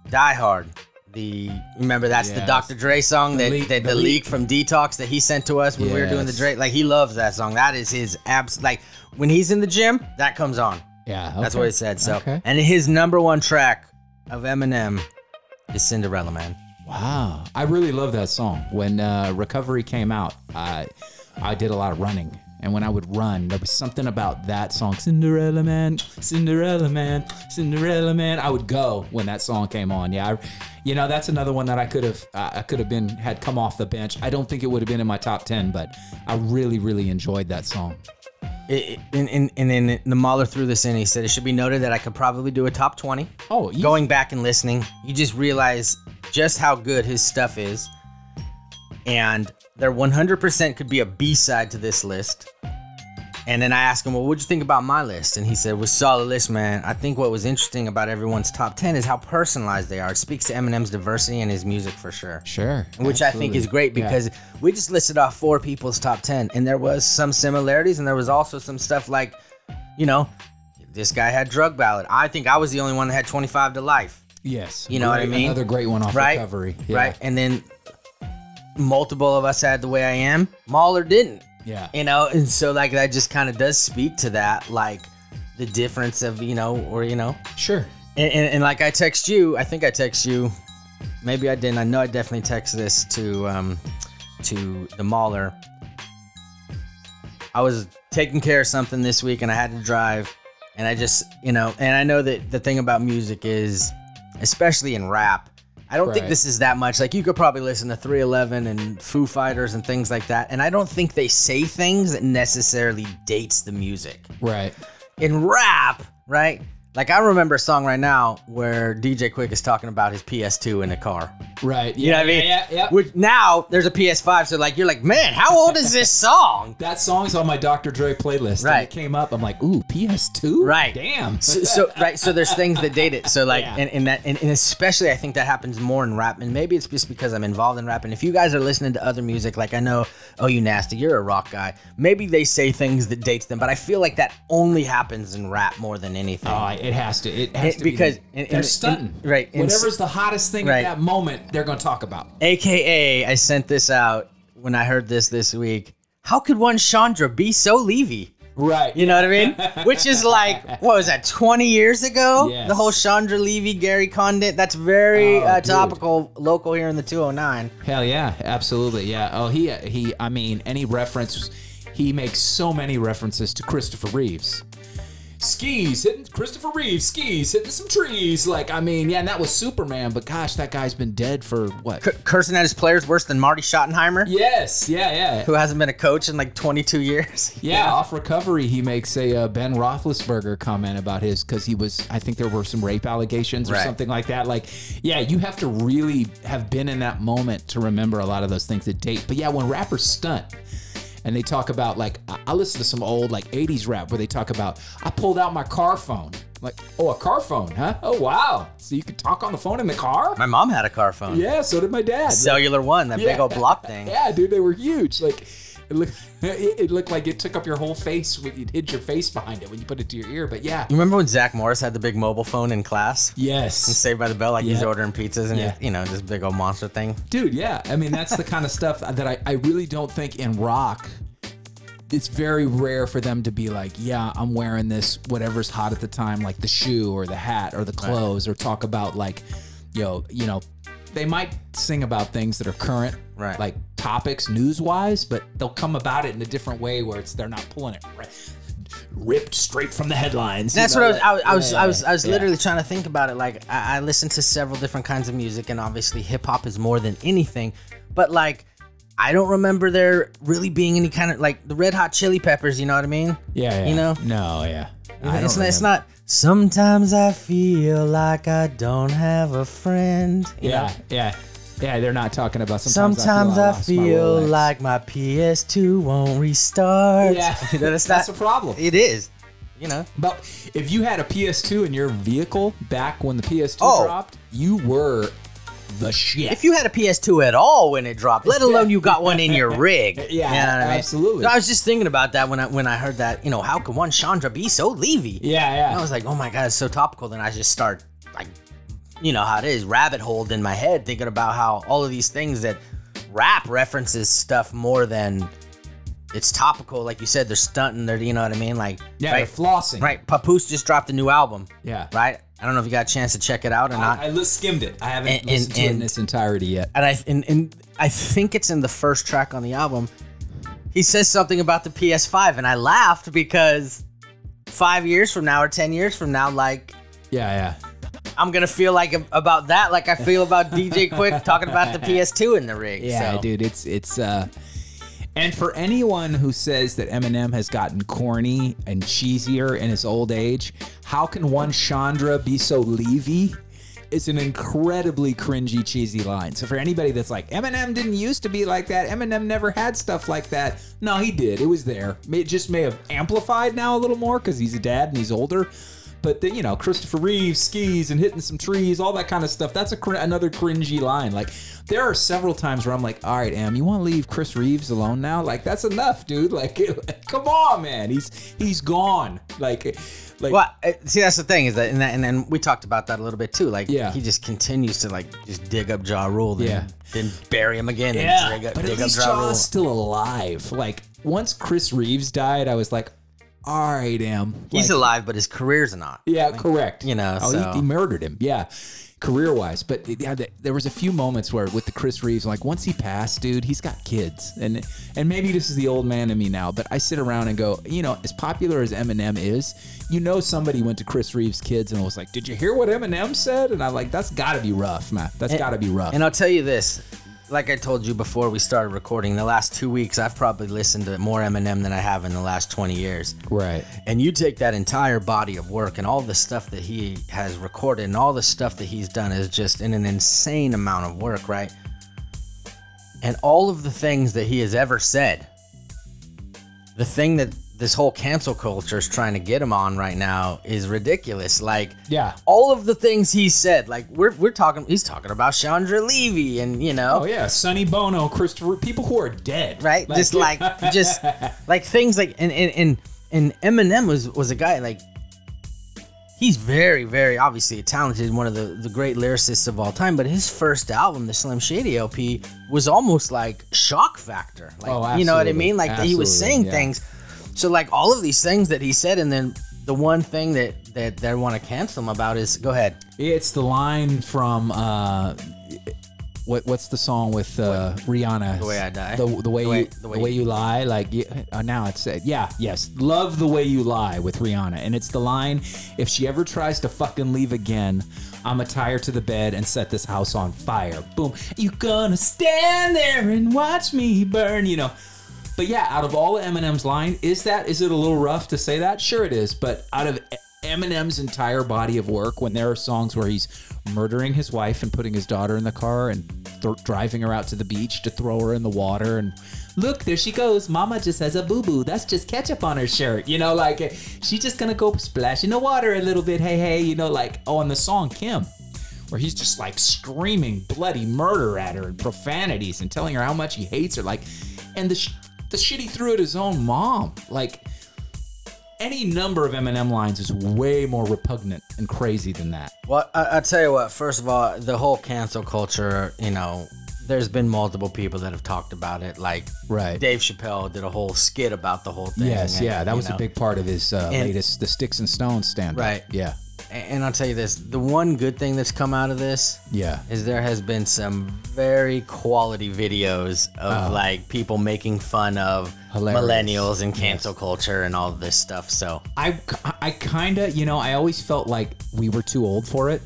Speaker 1: Die Hard. The remember that's the
Speaker 2: Yes.
Speaker 1: Dr. Dre song that
Speaker 2: leak-
Speaker 1: that the,
Speaker 2: the
Speaker 1: leak
Speaker 2: leak.
Speaker 1: from Detox that he sent to us when we were doing the
Speaker 2: Yes.
Speaker 1: Dre. Like he loves that song. That is his abs. Like when he's in the gym, that comes on.
Speaker 2: Yeah.
Speaker 1: That's
Speaker 2: okay.
Speaker 1: what it said. So
Speaker 2: Okay.
Speaker 1: and his number one track of Eminem is Cinderella Man.
Speaker 2: Wow, I really love that song. When uh, Recovery came out, I I did a lot of running, and when I would run, there was something about that song, Cinderella Man, Cinderella Man, Cinderella Man. I would go when that song came on. Yeah, I, you know that's another one that I could have uh, I could have been had come off the bench. I don't think it would have been in my top ten, but I really really enjoyed that song.
Speaker 1: It, it- and, and, and then the Mahler threw this in. He said, It should be noted that I could probably do a top 20.
Speaker 2: Oh, you-
Speaker 1: Going back and listening, you just realize just how good his stuff is. And there 100% could be a B side to this list. And then I asked him, Well, what'd you think about my list? And he said, Was solid list, man. I think what was interesting about everyone's top 10 is how personalized they are. It speaks to Eminem's diversity and his music for sure
Speaker 2: sure,
Speaker 1: which I think
Speaker 2: absolutely.
Speaker 1: is great
Speaker 2: Yeah.
Speaker 1: because we just listed off four people's top 10 and there was some similarities and there was also some stuff like you know this guy had drug ballad I think I was the only one that had 25 to life
Speaker 2: yes,
Speaker 1: you know what I
Speaker 2: Great-
Speaker 1: mean?
Speaker 2: Another great one off
Speaker 1: right
Speaker 2: Recovery, Yeah.
Speaker 1: right and then multiple of us had the way I am Mahler didn't
Speaker 2: Yeah.
Speaker 1: you know and so like that just kind of does speak to that like the difference of you know or you know
Speaker 2: Sure.
Speaker 1: and, and, and like I text you, I think I text you. Maybe I didn't. I know I definitely text this to um, to the mauler. I was taking care of something this week, and I had to drive. And I just, you know, and I know that the thing about music is, especially in rap, I don't think
Speaker 2: Right.
Speaker 1: this is that much. Like you could probably listen to 311 and Foo Fighters and things like that, and I don't think they say things that necessarily dates the music
Speaker 2: Right.
Speaker 1: in rap, right? Like I remember a song right now where DJ Quick is talking about his PS2 in the car.
Speaker 2: Right.
Speaker 1: You know what I mean?
Speaker 2: Yeah. yeah, yeah.
Speaker 1: Which now there's a PS5, so like you're like, man, how old is this song?
Speaker 2: That song's on my Dr. Dre playlist. And
Speaker 1: Right.
Speaker 2: it came up. I'm like, ooh, PS2?
Speaker 1: Right.
Speaker 2: Damn.
Speaker 1: so, so right, so there's things that date it. So like,
Speaker 2: Yeah.
Speaker 1: and, and that, and, and especially I think that happens more in rap, and maybe it's just because I'm involved in rap. And if you guys are listening to other music, like I know, oh, you nasty, you're a rock guy. Maybe they say things that dates them, but I feel like that only happens in rap more than anything.
Speaker 2: Oh, it has to. It has
Speaker 1: It-
Speaker 2: to be
Speaker 1: because-
Speaker 2: the-
Speaker 1: and- and-
Speaker 2: they're
Speaker 1: and-
Speaker 2: stunting.
Speaker 1: right, and s-
Speaker 2: Whatever's the hottest thing
Speaker 1: right.
Speaker 2: at that moment, they're going to talk about.
Speaker 1: AKA, I sent this out when I heard this this week. How could one Chandra be so Levy?
Speaker 2: Right.
Speaker 1: You know what I mean? Which is like, what was that, 20 years ago?
Speaker 2: Yes.
Speaker 1: The whole Chandra Levy, Gary Condit. That's very
Speaker 2: Oh,
Speaker 1: uh,
Speaker 2: dude.
Speaker 1: topical, local here in the 209.
Speaker 2: Hell yeah, absolutely. Yeah. Oh, he he. I mean, any reference. He makes so many references to Christopher Reeves. Skis hitting Christopher Reeves. Skis hitting some trees. Like I mean, yeah, and that was Superman. But gosh, that guy's been dead for what?
Speaker 1: C- cursing at his players worse than Marty Schottenheimer,
Speaker 2: yes. Yeah. Yeah.
Speaker 1: who hasn't been a coach in like 22 years.
Speaker 2: Yeah, off recovery, he makes a uh, Ben Roethlisberger comment about his because he was, I think there were some rape allegations or
Speaker 1: Right.
Speaker 2: something like that. Like, yeah, you have to really have been in that moment to remember a lot of those things that date. But yeah, when rappers stunt and they talk about, like, I, I listen to some old, like, 80s rap where they talk about, I pulled out my car phone. Like, oh, a car phone, huh? Oh, wow. So you could talk on the phone in the car?
Speaker 1: My mom had a car phone.
Speaker 2: yeah, so did my dad.
Speaker 1: Cellular One, that big
Speaker 2: Yeah.
Speaker 1: old block thing.
Speaker 2: Yeah, dude, they were huge. Like it looked, it it looked like it took up your whole face when you hid your face behind it when you put it to your ear. But yeah,
Speaker 1: You remember when Zach Morris had the big mobile phone in class?
Speaker 2: yes,
Speaker 1: Saved by the Bell, like he's
Speaker 2: Yeah.
Speaker 1: ordering pizzas and,
Speaker 2: Yeah.
Speaker 1: you know, this big old monster thing.
Speaker 2: dude, yeah. I mean, that's the kind of stuff that I, I really don't think in rock. It's very rare for them to be like, yeah, I'm wearing this whatever's hot at the time, like the shoe or the hat or the clothes, or talk about like, yo, you know, they might sing about things that are current,
Speaker 1: Right.
Speaker 2: Like topics news wise, but they'll come about it in a different way where it's they're not pulling it right, ripped straight from the headlines. you
Speaker 1: That's
Speaker 2: know,
Speaker 1: what I was. I was.
Speaker 2: like-
Speaker 1: I was.
Speaker 2: Yeah,
Speaker 1: I was, I was
Speaker 2: yeah.
Speaker 1: literally trying to think about it. Like I, I listen to several different kinds of music, and obviously hip hop is more than anything. But like, I don't remember there really being any kind of like the Red Hot Chili Peppers. You know what I mean?
Speaker 2: Yeah, yeah.
Speaker 1: You know?
Speaker 2: No, yeah. I
Speaker 1: It's
Speaker 2: don't
Speaker 1: not, it's
Speaker 2: remember.
Speaker 1: not. Sometimes I feel like I don't have a friend. you know?
Speaker 2: Yeah, yeah, yeah. They're not talking about sometimes.
Speaker 1: Sometimes I
Speaker 2: lost my
Speaker 1: feel
Speaker 2: Rolex.
Speaker 1: like my PS2 won't restart.
Speaker 2: Yeah,
Speaker 1: You know, that's,
Speaker 2: that's
Speaker 1: not-
Speaker 2: a problem.
Speaker 1: It is. You know.
Speaker 2: But if you had a PS2 in your vehicle back when the PS2
Speaker 1: Oh.
Speaker 2: dropped, you were the shit.
Speaker 1: if you had a PS2 at all when it dropped, let alone you got one in your rig.
Speaker 2: Yeah,
Speaker 1: You know what I mean?
Speaker 2: absolutely.
Speaker 1: So I was just thinking about that when I when I heard that. You know, how can one Chandra be so Levy?
Speaker 2: yeah,
Speaker 1: And I
Speaker 2: yeah.
Speaker 1: was like, oh my god, it's so topical. Then I just start like, you know how it is, rabbit holed in my head, thinking about how all of these things that rap references stuff more than it's topical. Like you said, they're stunting. They're you know what I mean? Like
Speaker 2: yeah,
Speaker 1: right,
Speaker 2: they're flossing.
Speaker 1: right. Papoose just dropped a new album.
Speaker 2: Yeah.
Speaker 1: Right. I don't know if you got a chance to check it out or not.
Speaker 2: I, I li- skimmed it. I haven't
Speaker 1: And- and-
Speaker 2: listened to it in
Speaker 1: and-
Speaker 2: its entirety yet.
Speaker 1: and I and, and I think it's in the first track on the album. He says something about the PS5, and I laughed because five years from now or ten years from now, like
Speaker 2: Yeah, yeah.
Speaker 1: I'm gonna feel like ab- about that, like I feel about DJ Quick talking about the PS2 in the rig.
Speaker 2: Yeah,
Speaker 1: so.
Speaker 2: dude, it's it's uh and for anyone who says that Eminem has gotten corny and cheesier in his old age, how can one Chandra be so Levy? It's an incredibly cringy, cheesy line. So for anybody that's like, Eminem didn't used to be like that. Eminem never had stuff like that. No, he did. It was there. It just may have amplified now a little more because he's a dad and he's older. But then you know, Christopher Reeve skis and hitting some trees, all that kind of stuff. That's a cr- another cringy line. Like there are several times where I'm like, all right, Em, you want to leave Chris Reeves alone now? Like that's enough, dude. Like, come on, man. He's he's gone. Like, like
Speaker 1: Well, uh, see, that's the thing is that, and, that, and then we talked about that a little bit too. Like,
Speaker 2: Yeah.
Speaker 1: he just continues to like just dig up Ja Rule, then,
Speaker 2: Yeah.
Speaker 1: then bury him again,
Speaker 2: yeah,
Speaker 1: then dig up,
Speaker 2: but at
Speaker 1: dig up
Speaker 2: least
Speaker 1: Ja Rule.
Speaker 2: Jaw's still alive. Like once Chris Reeves died, I was like, all right, Em.
Speaker 1: He's
Speaker 2: Like,
Speaker 1: alive, but his career's not.
Speaker 2: Yeah, correct.
Speaker 1: you know,
Speaker 2: oh,
Speaker 1: so-
Speaker 2: he, he murdered him. Yeah, career wise, but it- yeah, th- there was a few moments where with the Chris Reeves, like once he passed, dude, he's got kids, and and maybe this is the old man in me now, but I sit around and go, you know, as popular as Eminem is, you know, somebody went to Chris Reeves' kids and was like, "Did you hear what Eminem said?" And I'm like, "That's got to be rough, man. That's got to be rough."
Speaker 1: And I'll tell you this, like I told you before we started recording, the last two weeks I've probably listened to more Eminem than I have in the last 20 years.
Speaker 2: right.
Speaker 1: And you take that entire body of work and all the stuff that he has recorded and all the stuff that he's done is just in an insane amount of work, right? And all of the things that he has ever said, the thing that this whole cancel culture is trying to get him on right now is ridiculous. Like,
Speaker 2: Yeah.
Speaker 1: all of the things he said, like we're we're talking, he's talking about Chandra Levy, and you know,
Speaker 2: Oh yeah, Sonny Bono, Christopher, people who are dead.
Speaker 1: right? just like just like things like and and and, and Eminem was was a guy like he's very very obviously talented, one of the the great lyricists of all time. But his first album, the Slim Shady LP, was almost like shock factor. Like
Speaker 2: Oh,
Speaker 1: you know what I
Speaker 2: absolutely.
Speaker 1: mean? Like he was
Speaker 2: Absolutely,
Speaker 1: saying
Speaker 2: yeah.
Speaker 1: things. So like all of these things that he said, and then the one thing that that they want to cancel him about is go ahead.
Speaker 2: It's the line from uh, what what's the song with uh, Rihanna? The
Speaker 1: Way I Die?
Speaker 2: The, the way
Speaker 1: The Way-
Speaker 2: you, the way, you lie. Like you, uh, now it's uh, yeah yes. Love the way you lie with Rihanna, and it's the line. If she ever tries to fucking leave again, I'ma tie her to the bed and set this house on fire. Boom. You gonna stand there and watch me burn? You know. But yeah, out of all of Eminem's line, is that is it a little rough to say that? Sure it is, but out of Eminem's entire body of work, when there are songs where he's murdering his wife and putting his daughter in the car and th- driving her out to the beach to throw her in the water and look there she goes mama just has a boo-boo that's just ketchup on her shirt you know like she's just gonna go splash in the water a little bit hey hey you know like oh and the song kim where he's just like screaming bloody murder at her and profanities and telling her how much he hates her like and the sh- the shit he threw at his own mom like any number of Eminem lines is way more repugnant and crazy than that.
Speaker 1: Well, I, I tell you what. First of all, the whole cancel culture. You know, there's been multiple people that have talked about it. Like
Speaker 2: Right.
Speaker 1: Dave Chappelle did a whole skit about the whole thing.
Speaker 2: Yes,
Speaker 1: and,
Speaker 2: yeah, that
Speaker 1: you
Speaker 2: was
Speaker 1: know,
Speaker 2: a big part of his uh,
Speaker 1: And-
Speaker 2: latest, the Sticks and Stones stand.
Speaker 1: Right.
Speaker 2: Yeah.
Speaker 1: And, and I'll tell you this: the one good thing that's come out of this
Speaker 2: Yeah.
Speaker 1: is there has been some very quality videos of like people making fun of
Speaker 2: Uh-huh. Hilarious.
Speaker 1: millennials and cancel culture and all this stuff. So
Speaker 2: I, I kind of, you know, I always felt like we were too old for it.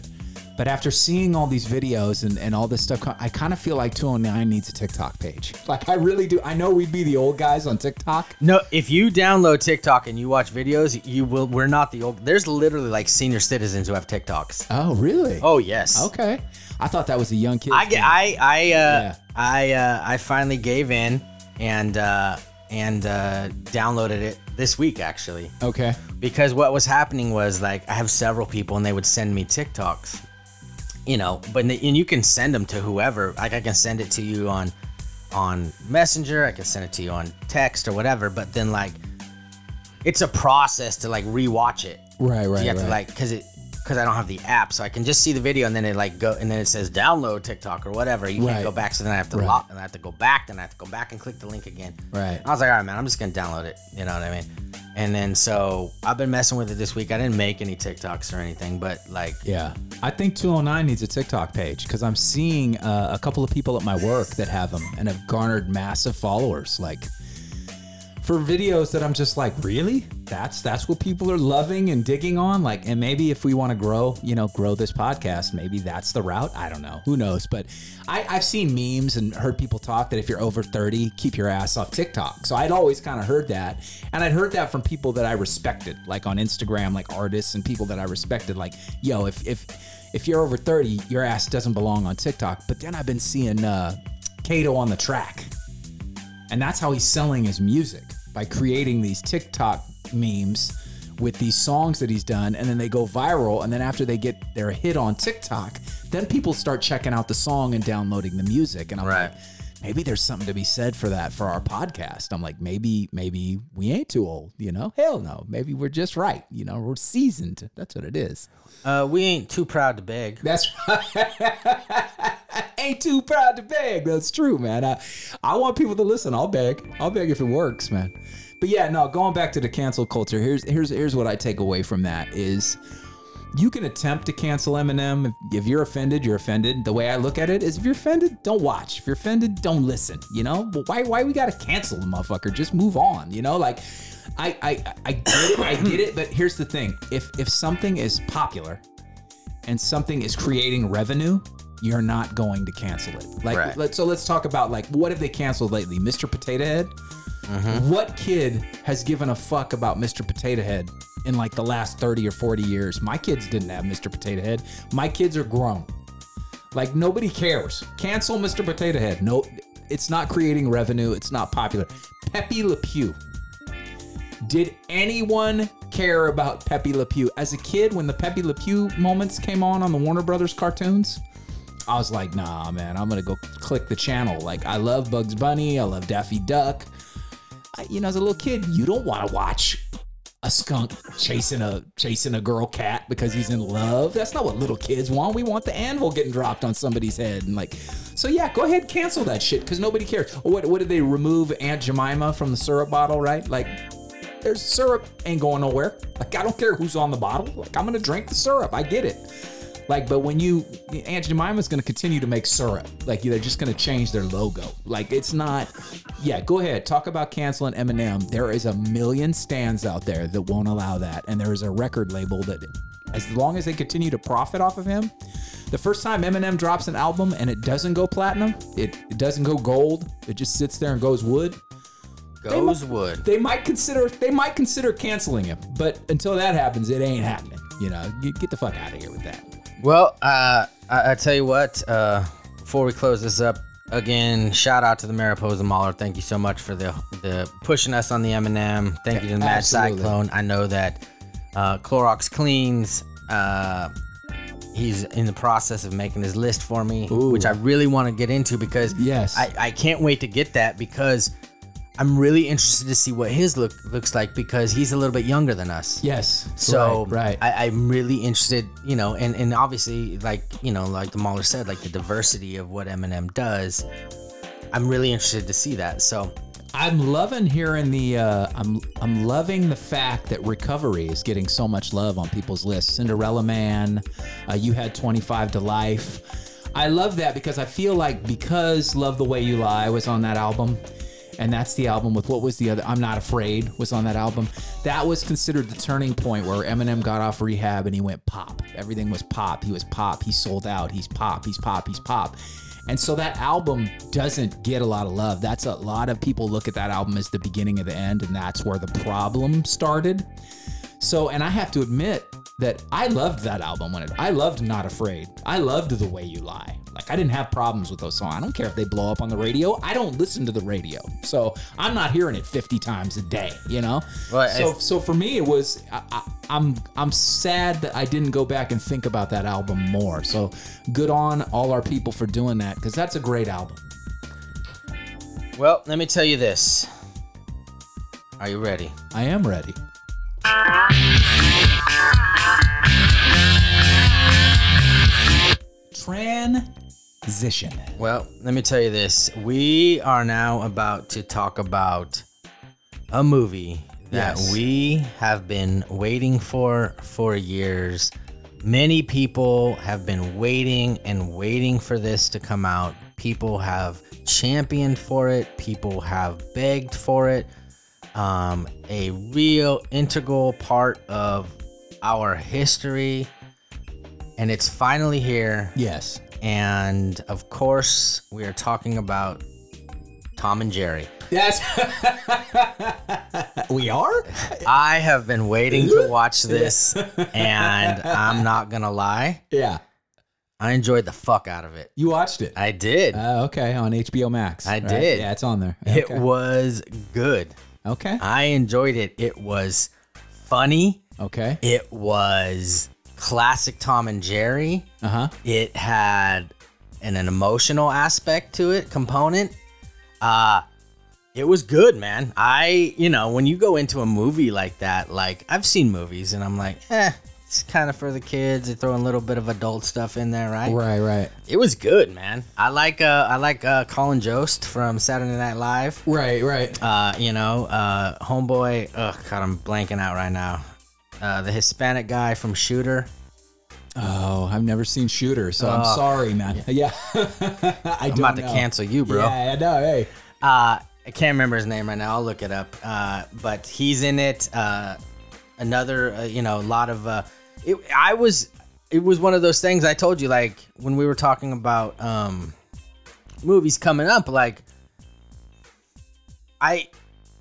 Speaker 2: But after seeing all these videos and, and all this stuff, I kind of feel like 209 needs a TikTok page. Like, I really do. I know we'd be the old guys on TikTok.
Speaker 1: No, if you download TikTok and you watch videos, you will. We're not the old. There's literally like senior citizens who have TikToks.
Speaker 2: Oh, really?
Speaker 1: Oh yes.
Speaker 2: Okay. I thought that was a young kid.
Speaker 1: I get. I I uh,
Speaker 2: Yeah.
Speaker 1: I uh, I finally gave in and uh, and uh, downloaded it this week actually
Speaker 2: Okay.
Speaker 1: because what was happening was like I have several people and they would send me TikToks, you know, but and you can send them to whoever. Like I can send it to you on on Messenger, I can send it to you on text or whatever. But then like it's a process to like rewatch it.
Speaker 2: Right,
Speaker 1: So
Speaker 2: right,
Speaker 1: you have
Speaker 2: right.
Speaker 1: to like because it because I don't have the app, so I can just see the video and then it like go and then it says download TikTok or whatever. You
Speaker 2: Right.
Speaker 1: can't go back, so then I have to
Speaker 2: Right.
Speaker 1: lock and I have to go back, then I have to go back and click the link again.
Speaker 2: Right.
Speaker 1: I was like, all right, man, I'm just gonna download it. You know what I mean? And then so I've been messing with it this week. I didn't make any TikToks or anything, but like,
Speaker 2: Yeah. I think 209 needs a TikTok page because I'm seeing uh, a couple of people at my work that have them and have garnered massive followers. Like, for videos that I'm just like, really? That's that's what people are loving and digging on. Like, and maybe if we want to grow, you know, grow this podcast, maybe that's the route. I don't know. Who knows? But I, I've seen memes and heard people talk that if you're over 30, keep your ass off TikTok. So I'd always kind of heard that. And I'd heard that from people that I respected, like on Instagram, like artists and people that I respected, like, yo, if if if you're over 30, your ass doesn't belong on TikTok. But then I've been seeing uh Kato on the track. And that's how he's selling his music by creating these TikTok memes with these songs that he's done, and then they go viral. And then after they get their hit on TikTok, then people start checking out the song and downloading the music. And I'm
Speaker 1: Right.
Speaker 2: like, maybe there's something to be said for that for our podcast. I'm like, maybe, maybe we ain't too old, you know? Hell no. Maybe we're just right. You know, we're seasoned. That's what it is.
Speaker 1: Uh, we ain't too proud to beg.
Speaker 2: That's right. Ain't too proud to beg. That's true, man. I, I want people to listen. I'll beg. I'll beg if it works, man. But yeah, no. Going back to the cancel culture, here's here's here's what I take away from that is, you can attempt to cancel Eminem. If- If you're offended, you're offended. The way I look at it is, if you're offended, don't watch. If you're offended, don't listen. You know, but why why we gotta cancel the motherfucker? Just move on. You know, like. I, I, I get it, I get it, but here's the thing. If if something is popular and something is creating revenue, you're not going to cancel it. Like,
Speaker 1: Right.
Speaker 2: let, so let's talk about like what have they canceled lately? Mr. Potato Head. What kid has given a fuck about Mr. Potato Head in like the last 30 or 40 years? My kids didn't have Mr. Potato Head. My kids are grown. Like nobody cares. Cancel Mr. Potato Head. No, it's not creating revenue. It's not popular. Pepe Le Pew. Did anyone care about Pepe Le Pew? As a kid, when the Pepe Le Pew moments came on on the Warner Brothers cartoons, I was like, nah, man, I'm gonna go click the channel. Like, I love Bugs Bunny, I love Daffy Duck. I, you know, as a little kid, you don't want to watch a skunk chasing a chasing a girl cat because he's in love. That's not what little kids want. We want the anvil getting dropped on somebody's head and like. So yeah, go ahead, cancel that shit because nobody cares. What what did they remove Aunt Jemima from the syrup bottle? Right, like there's syrup ain't going nowhere. Like I don't care who's on the bottle. Like I'm gonna drink the syrup. I get it. Like, but when you Aunt Jemima's gonna continue to make syrup. Like they're just gonna change their logo. Like it's not. Yeah, go ahead. Talk about canceling Eminem. There is a million stands out there that won't allow that, and there is a record label that, as long as they continue to profit off of him. The first time Eminem drops an album and it doesn't go platinum, it, it doesn't go gold, it just sits there and goes wood
Speaker 1: Goes wood.
Speaker 2: they might consider they might consider canceling him, but until that happens, it ain't happening. You know, get, get the fuck out of here with that.
Speaker 1: Well, uh, I, I tell you what. Uh, before we close this up, again, shout out to the Mariposa Mauler. Thank you so much for the the pushing us on the Eminem. Thank you to the Mad
Speaker 2: Absolutely.
Speaker 1: Cyclone. I know that uh, Clorox cleans. Uh, he's in the process of making his list for me, which I really want to get into because
Speaker 2: Yes.
Speaker 1: I, I can't wait to get that because. I'm really interested to see what his look looks like because he's a little bit younger than us.
Speaker 2: Yes.
Speaker 1: So
Speaker 2: right. right.
Speaker 1: I, I'm really interested, you know, and, and obviously, like you know, like the Mahler said, like the diversity of what Eminem does. I'm really interested to see that. So
Speaker 2: I, am loving hearing the uh, I'm I'm loving the fact that recovery is getting so much love on people's lists. Cinderella Man, uh, you had 25 to life. I love that because I feel like because Love the Way You Lie was on that album. And that's the album with what was the other? I'm Not Afraid was on that album. That was considered the turning point where Eminem got off rehab and he went pop. Everything was pop. He was pop. He sold out. He's pop. He's pop. He's pop. And so that album doesn't get a lot of love. That's a lot of people look at that album as the beginning of the end, and that's where the problem started. So, and I have to admit that I loved that album when it, I loved Not Afraid. I loved The Way You Lie. Like, I didn't have problems with those songs. I don't care if they blow up on the radio. I don't listen to the radio. So, I'm not hearing it 50 times a day, you know?
Speaker 1: Right,
Speaker 2: So,
Speaker 1: I-
Speaker 2: so for me, it was, I, I, I'm, I'm sad that I didn't go back and think about that album more. So, good on all our people for doing that because that's a great album.
Speaker 1: well, let me tell you this. Are you ready?
Speaker 2: I am ready. Transition.
Speaker 1: Well, let me tell you this. We are now about to talk about a movie that
Speaker 2: Yes.
Speaker 1: we have been waiting for for years. Many people have been waiting and waiting for this to come out. People have championed for it, people have begged for it. Um, a real integral part of our history. And it's finally here.
Speaker 2: Yes.
Speaker 1: And of course, we are talking about Tom and Jerry.
Speaker 2: Yes. we are?
Speaker 1: I have been waiting to watch this, and I'm not going to lie.
Speaker 2: Yeah.
Speaker 1: I enjoyed the fuck out of it.
Speaker 2: You watched it.
Speaker 1: I did.
Speaker 2: Uh, okay, on HBO Max.
Speaker 1: I did.
Speaker 2: Yeah, it's on there.
Speaker 1: It
Speaker 2: Okay.
Speaker 1: was good.
Speaker 2: okay.
Speaker 1: I enjoyed it. It was funny.
Speaker 2: Okay.
Speaker 1: It was classic Tom and Jerry.
Speaker 2: Uh huh.
Speaker 1: It had an, an emotional aspect to it, component. Uh it was good, man. I, you know, when you go into a movie like that, like I've seen movies and I'm like, eh, it's kind of for the kids. They throw a little bit of adult stuff in there, right?
Speaker 2: Right, right,
Speaker 1: It was good, man. I like uh I like uh Colin Jost from Saturday Night Live.
Speaker 2: right, right.
Speaker 1: Uh, you know, uh homeboy, ugh, god, I'm blanking out right now. Uh the Hispanic guy from Shooter.
Speaker 2: Oh, I've never seen Shooter, so I'm sorry, man. Yeah, I
Speaker 1: I'm
Speaker 2: don't
Speaker 1: about to
Speaker 2: know.
Speaker 1: cancel you, bro.
Speaker 2: Yeah, I know. Hey,
Speaker 1: Uh, I can't remember his name right now. I'll look it up. Uh, but he's in it. Uh, another, uh, you know, a lot of. Uh, it, I was. It was one of those things I told you, like when we were talking about um, movies coming up. Like, I,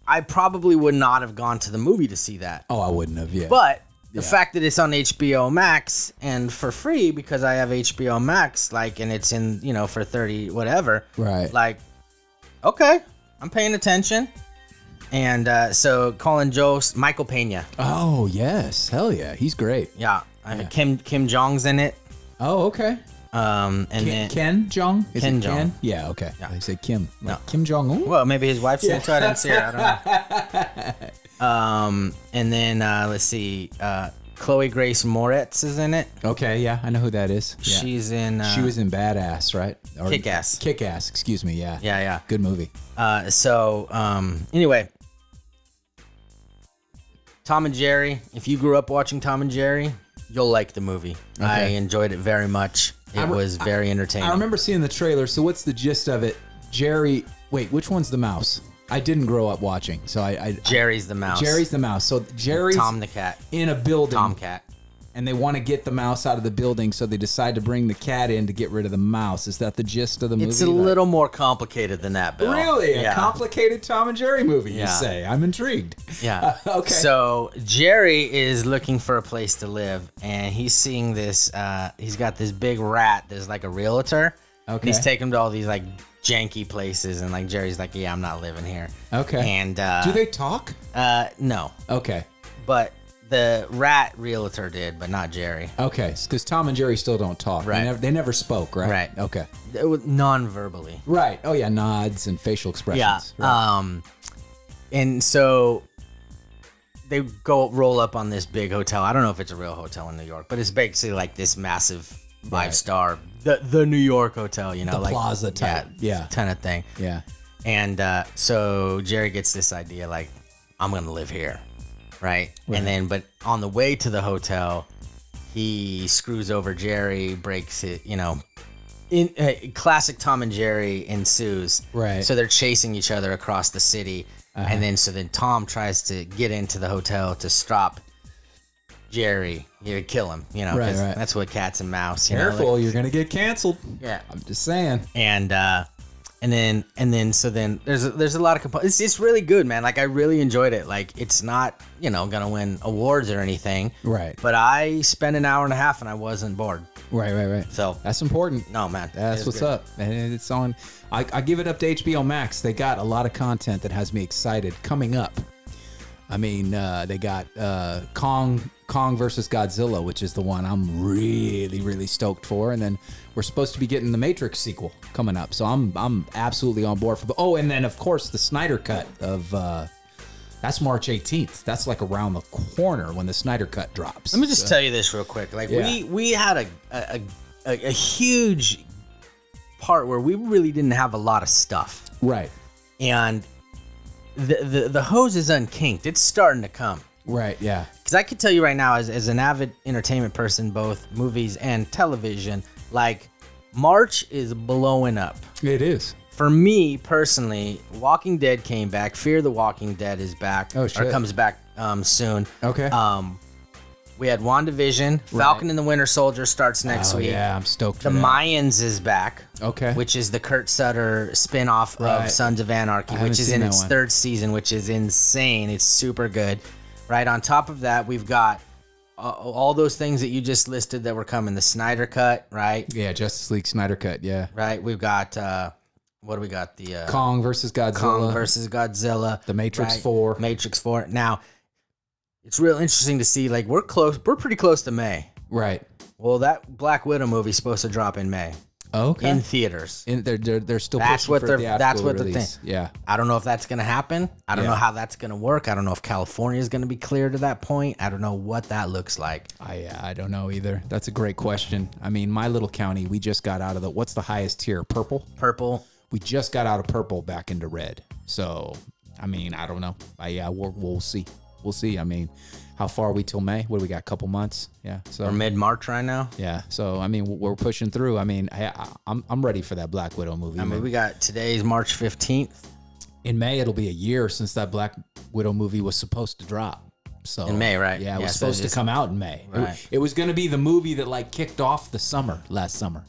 Speaker 1: I probably would not have gone to the movie to see that.
Speaker 2: oh, I wouldn't have. Yeah,
Speaker 1: But the fact that it's on HBO Max and for free because I have HBO Max, like, and it's in, you know, for 30, whatever.
Speaker 2: Right.
Speaker 1: Like, okay, I'm paying attention. And uh, so Colin Jost, Michael Pena.
Speaker 2: oh yes, hell yeah, he's great.
Speaker 1: Yeah. I Kim Kim Jong's in it.
Speaker 2: Oh, okay.
Speaker 1: Um,
Speaker 2: Ken,
Speaker 1: and then,
Speaker 2: Ken Jong. Is
Speaker 1: Ken
Speaker 2: it
Speaker 1: Jong.
Speaker 2: Ken? Yeah, okay.
Speaker 1: Yeah.
Speaker 2: They say Kim. Like
Speaker 1: No.
Speaker 2: Kim Jong Un.
Speaker 1: well, maybe his wife's in it too. I didn't see her. I don't know. Um, and then uh, let's see. Uh, Chloe Grace Moretz is in it.
Speaker 2: Okay, yeah, I know who that is. Yeah.
Speaker 1: She's in. Uh,
Speaker 2: she was in Badass, right? Or
Speaker 1: Kick Ass.
Speaker 2: Kick Ass. Excuse me. Yeah.
Speaker 1: Yeah, yeah.
Speaker 2: Good movie.
Speaker 1: Uh, so um, anyway, Tom and Jerry. If you grew up watching Tom and Jerry, you'll like the movie. I enjoyed it very much. It
Speaker 2: I re-
Speaker 1: was very entertaining.
Speaker 2: I remember seeing the trailer. So what's the gist of it? Jerry. Wait, which one's the mouse? I didn't grow up watching, so I. I
Speaker 1: Jerry's the mouse.
Speaker 2: Jerry's the mouse. So Jerry's
Speaker 1: Tom the cat.
Speaker 2: in a building.
Speaker 1: Tomcat.
Speaker 2: and they want to get the mouse out of the building, so they decide to bring the cat in to get rid of the mouse. Is that the gist of the movie?
Speaker 1: It's a
Speaker 2: Like-
Speaker 1: little more complicated than that, Bill.
Speaker 2: really a
Speaker 1: Yeah.
Speaker 2: complicated Tom and Jerry movie. You
Speaker 1: Yeah.
Speaker 2: say? I'm intrigued.
Speaker 1: Yeah.
Speaker 2: Uh, okay.
Speaker 1: So Jerry is looking for a place to live, and he's seeing this. Uh, he's got this big rat that's like a realtor. And he's
Speaker 2: Okay.
Speaker 1: taking him to all these like janky places, and like Jerry's like, "Yeah, I'm not living here."
Speaker 2: Okay.
Speaker 1: And uh,
Speaker 2: Do they talk?
Speaker 1: Uh, no,
Speaker 2: Okay.
Speaker 1: but the rat realtor did, but not Jerry.
Speaker 2: Okay. Because Tom and Jerry still don't talk. They
Speaker 1: Right.
Speaker 2: never, they never spoke. Right.
Speaker 1: Right.
Speaker 2: Okay.
Speaker 1: It was non-verbally.
Speaker 2: Right. Oh yeah. Nods and facial
Speaker 1: Yeah.
Speaker 2: expressions. Right.
Speaker 1: Um, and so they go roll up on this big hotel. I don't know if it's a real hotel in New York, but it's basically like this massive five
Speaker 2: Right.
Speaker 1: star the the New York hotel, you know,
Speaker 2: The
Speaker 1: like
Speaker 2: plaza type. Yeah.
Speaker 1: kind of thing.
Speaker 2: yeah.
Speaker 1: And uh, so Jerry gets this idea like, I'm gonna live here, right?
Speaker 2: Right.
Speaker 1: And then, but on the way to the hotel, he screws over Jerry, breaks it, you know. In uh, classic Tom and Jerry ensues.
Speaker 2: Right. Uh-huh.
Speaker 1: So they're chasing each other across the city, and then so then Tom tries to get into the hotel to stop Jerry, you know, kill him, you know,
Speaker 2: Right,
Speaker 1: 'cause
Speaker 2: right.
Speaker 1: that's what cats and mouse. You
Speaker 2: Careful,
Speaker 1: Know,
Speaker 2: you're gonna get canceled.
Speaker 1: like- yeah
Speaker 2: I'm just saying.
Speaker 1: and uh and then and then so then there's a, there's a lot of compo- it's it's really good man like I really enjoyed it like it's not you know gonna win awards or anything
Speaker 2: Right.
Speaker 1: but I spent an hour and a half and I wasn't bored
Speaker 2: Right. Right. Right.
Speaker 1: so
Speaker 2: That's important.
Speaker 1: no man
Speaker 2: That's what's up. And it's on. I, I give it up to HBO Max. They got a lot of content that has me excited coming up. I mean, uh, they got uh, Kong Kong versus Godzilla, which is the one I'm really really stoked for. And then we're supposed to be getting the Matrix sequel coming up, so I'm I'm absolutely on board for. Oh, and then of course the Snyder cut of. Uh, that's March 18th. That's like around the corner when the Snyder Cut drops.
Speaker 1: let me just tell you this real quick like we
Speaker 2: Yeah.
Speaker 1: we had a a, a a a huge part where we really didn't have a lot of stuff
Speaker 2: Right,
Speaker 1: and the the, the hose is unkinked it's starting to come
Speaker 2: right, yeah,
Speaker 1: because I could tell you right now, as, as an avid entertainment person, both movies and television, like March is blowing up.
Speaker 2: it is.
Speaker 1: For me personally, Walking Dead came back. Fear the Walking Dead is back.
Speaker 2: Oh, shit. Oh,
Speaker 1: Or comes back um, soon.
Speaker 2: Okay.
Speaker 1: Um, we had WandaVision. Falcon and the Winter Soldier starts next
Speaker 2: oh,
Speaker 1: week.
Speaker 2: yeah, I'm stoked.
Speaker 1: The
Speaker 2: for that.
Speaker 1: Mayans is back.
Speaker 2: Okay.
Speaker 1: Which is the Kurt Sutter spin-off
Speaker 2: Right.
Speaker 1: of Sons of Anarchy,
Speaker 2: haven't
Speaker 1: which is
Speaker 2: seen
Speaker 1: in
Speaker 2: that
Speaker 1: its
Speaker 2: one.
Speaker 1: third season, which is insane. It's super good. Right on top of that, we've got uh, all those things that you just listed that were coming. The Snyder Cut, right?
Speaker 2: Yeah, Justice League Snyder cut. Yeah,
Speaker 1: Right. We've got uh, what do we got? The uh,
Speaker 2: Kong versus Godzilla.
Speaker 1: Kong versus Godzilla,
Speaker 2: The Matrix
Speaker 1: right?
Speaker 2: 4.
Speaker 1: Matrix Four. Now, it's real interesting to see. Like we're close, we're pretty close to May.
Speaker 2: Right.
Speaker 1: Well, that Black Widow movie's supposed to drop in May
Speaker 2: Okay.
Speaker 1: in
Speaker 2: In,
Speaker 1: theaters.
Speaker 2: they're, they're they're still
Speaker 1: That's
Speaker 2: pushing
Speaker 1: what
Speaker 2: for
Speaker 1: they're-
Speaker 2: theatrical
Speaker 1: that's what they're
Speaker 2: release. Yeah.
Speaker 1: I don't know if that's going to happen. I don't
Speaker 2: Yeah.
Speaker 1: know how that's going to work. I don't know if California is going to be clear to that point. I don't know what that looks like.
Speaker 2: I I don't know either. That's a great question. I mean, my little county, we just got out of the what's the highest tier? Purple.
Speaker 1: Purple.
Speaker 2: We just got out of purple back into red. So, I mean, I don't know. I, yeah, we'll, we'll see. We'll see. I mean, how far are we till May? What do we got? A couple months. Yeah. So
Speaker 1: We're mid March right now.
Speaker 2: yeah. So I mean, we're pushing through. I mean, I, I, I'm I'm ready for that Black Widow movie.
Speaker 1: I mean,
Speaker 2: man.
Speaker 1: we got today's March 15th.
Speaker 2: in May it'll be a year since that Black Widow movie was supposed to drop. So
Speaker 1: In May, right.
Speaker 2: Yeah, it
Speaker 1: Yeah,
Speaker 2: was
Speaker 1: so
Speaker 2: supposed
Speaker 1: just-
Speaker 2: to come out in May. It-
Speaker 1: Right.
Speaker 2: It, was going to be the movie that like kicked off the summer last summer,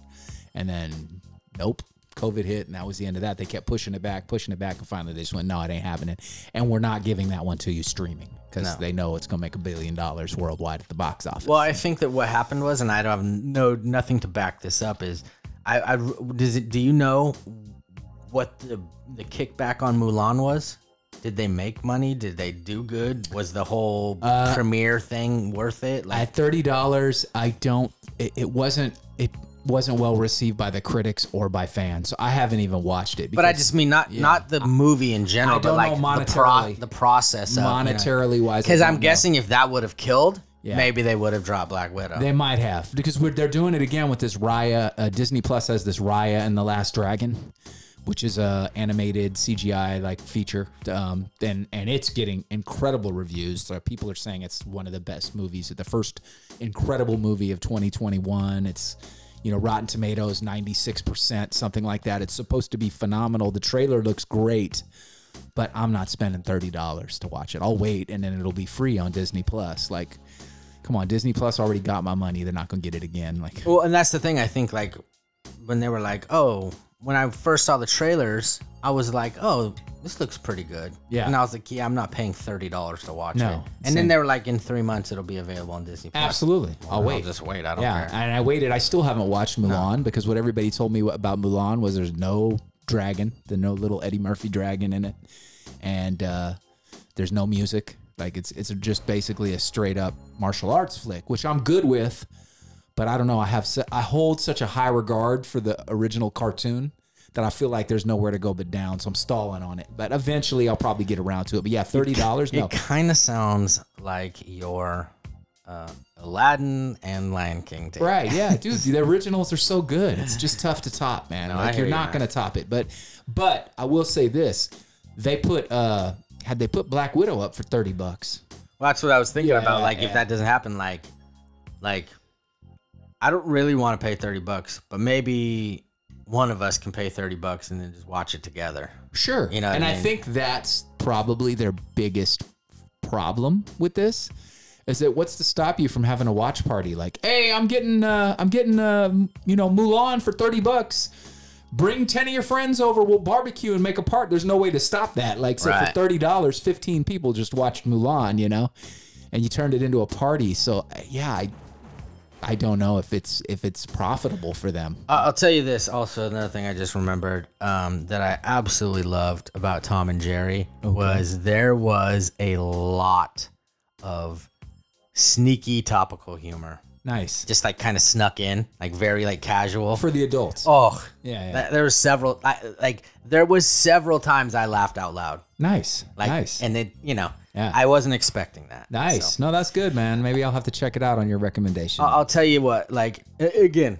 Speaker 2: and then nope, COVID hit, and that was the end of that. They kept pushing it back, pushing it back, and finally they just went, no, it ain't happening, and we're not giving that one to you streaming because
Speaker 1: No.
Speaker 2: they know it's going to make a billion dollars worldwide at the box office.
Speaker 1: Well, I think that what happened was, and I don't have no nothing to back this up. Is I, I does it? Do you know what the the kickback on Mulan was? Did they make money? Did they do good? Was the whole
Speaker 2: Uh,
Speaker 1: premiere thing worth it? Like,
Speaker 2: at thirty dollars, I don't. It, it wasn't. It wasn't well received by the critics or by fans. So I haven't even watched it.
Speaker 1: but I
Speaker 2: because-
Speaker 1: just mean not not the movie in general,
Speaker 2: don't
Speaker 1: but like
Speaker 2: know
Speaker 1: the, pro,
Speaker 2: monetarily.
Speaker 1: the process of
Speaker 2: monetarily wise. I
Speaker 1: Because
Speaker 2: don't
Speaker 1: I'm
Speaker 2: know.
Speaker 1: guessing if that would have killed,
Speaker 2: Yeah.
Speaker 1: maybe they would have dropped Black Widow.
Speaker 2: they might have because we're, they're doing it again with this Raya. Uh, Disney Plus has this Raya and the Last Dragon, which is a animated CGI like feature, um, and and it's getting incredible reviews. So people are saying it's one of the best movies, the first incredible movie of 2021. It's you know Rotten Tomatoes 96 percent, something like that. It's supposed to be phenomenal. The trailer looks great. But I'm not spending thirty dollars to watch it. I'll wait, and then it'll be free on Disney Plus. Like, come on, Disney Plus already got my money. They're not gonna get it again. Like,
Speaker 1: Well, and that's the thing. I think like when they were like, oh, when I first saw the trailers, I was like, oh, this looks pretty good.
Speaker 2: Yeah.
Speaker 1: And I was like, yeah, I'm not paying thirty dollars to watch
Speaker 2: No,
Speaker 1: it. And
Speaker 2: same.
Speaker 1: then they were like, in three months, it'll be available on Disney. Plus."
Speaker 2: absolutely, I'll
Speaker 1: I'll
Speaker 2: wait.
Speaker 1: just wait. I don't
Speaker 2: Yeah,
Speaker 1: care.
Speaker 2: and I waited. I still haven't watched Mulan because what everybody told me about Mulan was there's no dragon, there's no little Eddie Murphy dragon in it, and uh, there's no music. Like it's it's just basically a straight up martial arts flick, which I'm good with. But I don't know. I have su- I hold such a high regard for the original cartoon that I feel like there's nowhere to go but down. So I'm stalling on it. But eventually I'll probably get around to it. But yeah, thirty dollars. No,
Speaker 1: It kind of sounds like your uh, Aladdin and Lion King. Did.
Speaker 2: Right, yeah, dude. The originals are so good. It's just tough to top, man.
Speaker 1: No, I
Speaker 2: like
Speaker 1: hear
Speaker 2: you're
Speaker 1: you,
Speaker 2: not
Speaker 1: man.
Speaker 2: gonna top it. But but I will say this. They put uh had they put Black Widow up for thirty bucks.
Speaker 1: Well, that's what I was thinking
Speaker 2: Yeah,
Speaker 1: about. Like, if
Speaker 2: yeah.
Speaker 1: that doesn't happen, like, like, I don't really want to pay thirty bucks, but maybe one of us can pay thirty bucks and then just watch it together.
Speaker 2: Sure.
Speaker 1: You know what
Speaker 2: and
Speaker 1: I
Speaker 2: I
Speaker 1: mean?
Speaker 2: think that's probably their biggest problem with this. Is that what's to stop you from having a watch party? Like, hey, I'm getting uh I'm getting uh you know Mulan for thirty bucks. Bring ten of your friends over, we'll barbecue and make a part. There's no way to stop that. Like so for
Speaker 1: Right.
Speaker 2: thirty dollars, fifteen people just watched Mulan, you know? And you turned it into a party. So uh, yeah, I I don't know if it's if it's profitable for them.
Speaker 1: I- I'll tell you this. Also, another thing I just remembered um, that I absolutely loved about Tom and Jerry was there was a lot of sneaky topical humor,
Speaker 2: Nice.
Speaker 1: just like kind of snuck in, like very like casual.
Speaker 2: For the adults.
Speaker 1: oh,
Speaker 2: yeah, yeah.
Speaker 1: Th- There were several, I, like there was several times I laughed out loud.
Speaker 2: nice.
Speaker 1: Like,
Speaker 2: nice.
Speaker 1: And then you know,
Speaker 2: Yeah.
Speaker 1: I wasn't expecting that.
Speaker 2: Nice.
Speaker 1: So.
Speaker 2: No, that's good, man. Maybe I'll have to check it out on your recommendation.
Speaker 1: I- I'll tell you what. Like a- again,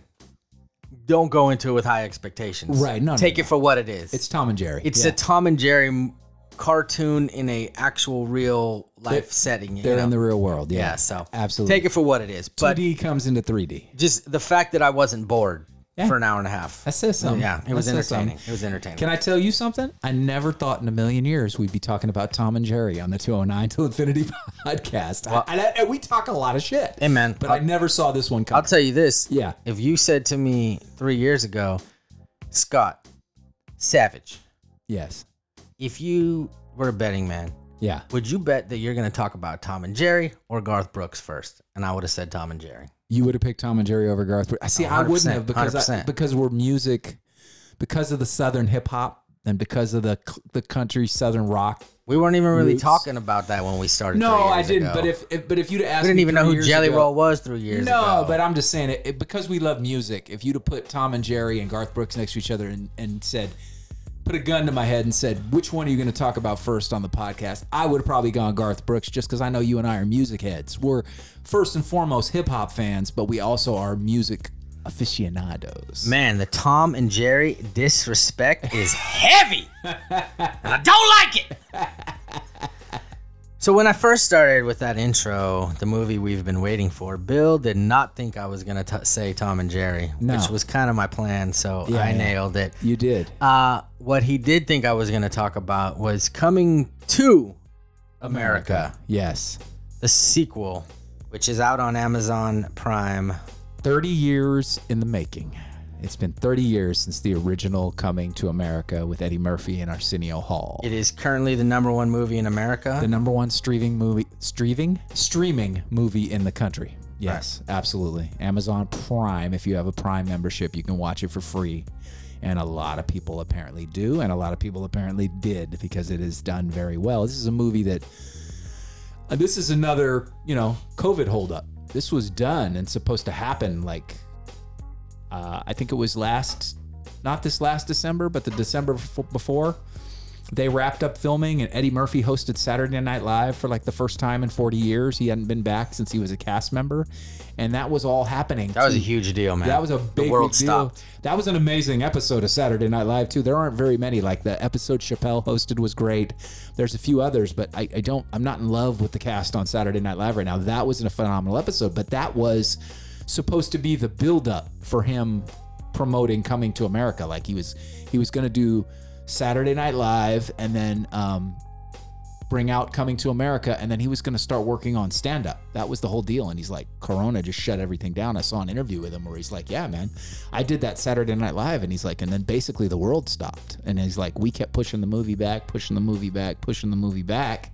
Speaker 1: don't go into it with high expectations.
Speaker 2: Right, no, no,
Speaker 1: Take
Speaker 2: no.
Speaker 1: it for what it is.
Speaker 2: it's Tom and Jerry.
Speaker 1: it's
Speaker 2: Yeah.
Speaker 1: a Tom and Jerry m- cartoon in a actual real life setting. you
Speaker 2: they're
Speaker 1: know?
Speaker 2: in the real world. Yeah.
Speaker 1: yeah. So
Speaker 2: absolutely.
Speaker 1: take it for what it is. But
Speaker 2: 2D comes into 3D.
Speaker 1: just the fact that I wasn't bored
Speaker 2: Yeah.
Speaker 1: for an hour and a half.
Speaker 2: That says something.
Speaker 1: yeah, it
Speaker 2: That
Speaker 1: was
Speaker 2: says something.
Speaker 1: entertaining. It was entertaining.
Speaker 2: Can I tell you something? I never thought in a million years we'd be talking about Tom and Jerry on the 209 Till Infinity podcast. I- and, I- and we talk a lot of shit.
Speaker 1: Hey, man,
Speaker 2: But
Speaker 1: I'll-
Speaker 2: i never saw this one
Speaker 1: I'll
Speaker 2: coming.
Speaker 1: tell you this.
Speaker 2: yeah.
Speaker 1: If you said to me three years ago, Scott, Savage,
Speaker 2: Yes.
Speaker 1: if you were a betting man,
Speaker 2: Yeah.
Speaker 1: would you bet that you're going to talk about Tom and Jerry or Garth Brooks first? And I would have said Tom and Jerry.
Speaker 2: You would have picked Tom and Jerry over Garth Brooks. I see. I wouldn't
Speaker 1: 100%,
Speaker 2: have because I,
Speaker 1: 100%.
Speaker 2: because we're music, because of the Southern hip hop and because of the the country southern rock.
Speaker 1: We weren't even really
Speaker 2: Roots.
Speaker 1: talking about that when we started.
Speaker 2: No,
Speaker 1: three
Speaker 2: I
Speaker 1: years
Speaker 2: didn't.
Speaker 1: ago.
Speaker 2: But if, if but if you'd asked,
Speaker 1: we didn't
Speaker 2: me
Speaker 1: even
Speaker 2: three
Speaker 1: know who
Speaker 2: years
Speaker 1: Jelly
Speaker 2: ago-
Speaker 1: Roll was three years
Speaker 2: No,
Speaker 1: ago.
Speaker 2: but I'm just saying it, it- because we love music. If you'd have put Tom and Jerry and Garth Brooks next to each other and, and said, put a gun to my head and said, which one are you going to talk about first on the podcast? I would have probably gone Garth Brooks just because I know you and I are music heads. We're first and foremost hip hop fans, but we also are music aficionados.
Speaker 1: man, the Tom and Jerry disrespect is heavy, and I don't like it. So when I first started with that intro, the movie we've been waiting for, Bill did not think I was gonna t- say Tom and Jerry,
Speaker 2: No.
Speaker 1: which was kind of my plan. So
Speaker 2: Yeah,
Speaker 1: I
Speaker 2: yeah.
Speaker 1: nailed it.
Speaker 2: You did.
Speaker 1: Uh, what he did think I was going to talk about was coming to America,
Speaker 2: Yes.
Speaker 1: the sequel, which is out on Amazon Prime.
Speaker 2: 30 years in the making. It's been 30 years since the original Coming to America with Eddie Murphy and Arsenio Hall.
Speaker 1: It is currently the number one movie in
Speaker 2: the
Speaker 1: America.
Speaker 2: number one streaming movie streaming streaming movie in the country yes absolutely amazon prime if you have a prime membership you can watch it for free and a lot of people apparently do and a lot of people apparently did because it is done very well this is a movie that uh, this is another you know covid holdup this was done and supposed to happen like uh, i think it was last not this last december but the december befo- before they wrapped up filming and Eddie Murphy hosted Saturday Night Live for like the first time in 40 years. He hadn't been back since he was a cast member. And that was all happening.
Speaker 1: That was a
Speaker 2: to-
Speaker 1: huge deal, man.
Speaker 2: that was a big,
Speaker 1: the world
Speaker 2: big deal.
Speaker 1: stopped.
Speaker 2: That was an amazing episode of Saturday Night Live too. There aren't very many like the episode Chappelle hosted was great. There's a few others, but I, I don't. I'm not in love with the cast on Saturday Night Live right now. That was a phenomenal episode, but that was supposed to be the buildup for him promoting coming to America. Like he was he was going to do Saturday Night Live and then um, bring out Coming to America, and then he was going to start working on stand up. That was the whole deal. And he's like, Corona just shut everything down. I saw an interview with him where he's like, Yeah, man, I did that Saturday Night Live. And he's like, And then basically the world stopped. And he's like, We kept pushing the movie back, pushing the movie back, pushing the movie back.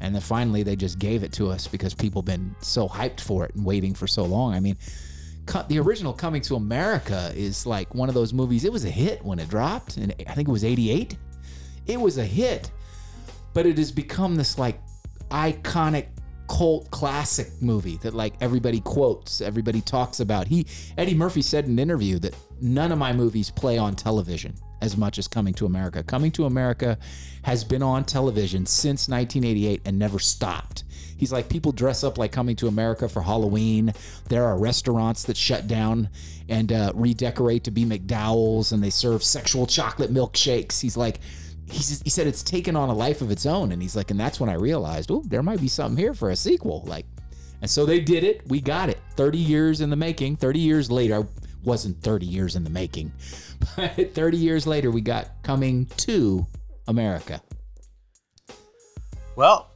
Speaker 2: And then finally they just gave it to us because people been so hyped for it and waiting for so long. I mean, co- the original Coming to America is like one of those movies. It was a hit when it dropped, and I think it was 88. It was a hit but it has become this like iconic cult classic movie that like everybody quotes, everybody talks about. He Eddie Murphy said in an interview that none of my movies play on television as much as Coming to America. Coming to America has been on television since 1988 and never stopped. He's like people dress up like Coming to America for Halloween. There are restaurants that shut down and uh, redecorate to be McDowell's and they serve sexual chocolate milkshakes. He's like he, s- he said it's taken on a life of its own and he's like and that's when i realized oh there might be something here for a sequel like and so they did it we got it 30 years in the making 30 years later I wasn't 30 years in the making but 30 years later we got coming to america
Speaker 1: Well,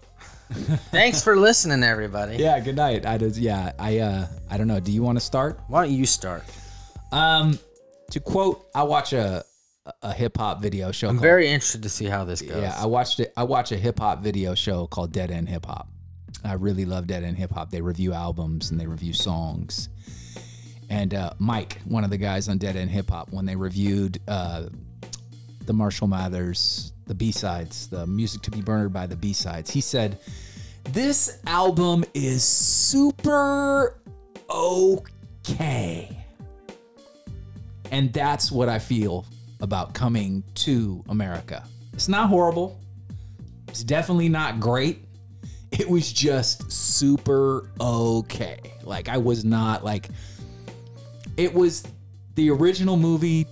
Speaker 1: thanks for listening, everybody.
Speaker 2: yeah good night i just yeah i uh i don't know do you want to start
Speaker 1: Why don't you start?
Speaker 2: um to quote i watch a a hip-hop video show
Speaker 1: I'm
Speaker 2: called
Speaker 1: very interested to see how this goes.
Speaker 2: Yeah, I watched it. I watch a hip hop video show called Dead End Hip Hop. I really love Dead End Hip Hop. They review albums and they review songs. And uh, Mike, one of the guys on Dead End Hip Hop, when they reviewed uh, the Marshall Mathers, the B sides, the music to be burned by the B sides, he said, "This album is super okay." And that's what I feel about coming to America. It's not horrible. It's definitely not great. It was just super okay. Like I was not like it was the original movie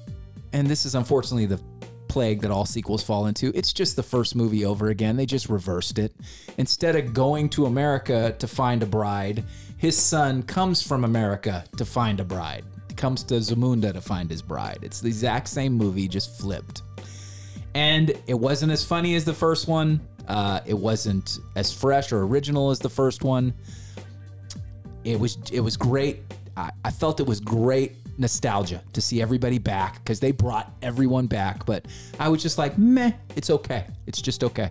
Speaker 2: and this is unfortunately the plague that all sequels fall into. It's just the first movie over again. They just reversed it. Instead of going to America to find a bride, his son comes from America to find a bride. Comes to Zamunda to find his bride. It's the exact same movie, just flipped. And it wasn't as funny as the first one. Uh, it wasn't as fresh or original as the first one it was it was great. I, I felt it was great nostalgia to see everybody back because they brought everyone back. But I was just like, meh, it's okay. It's just okay.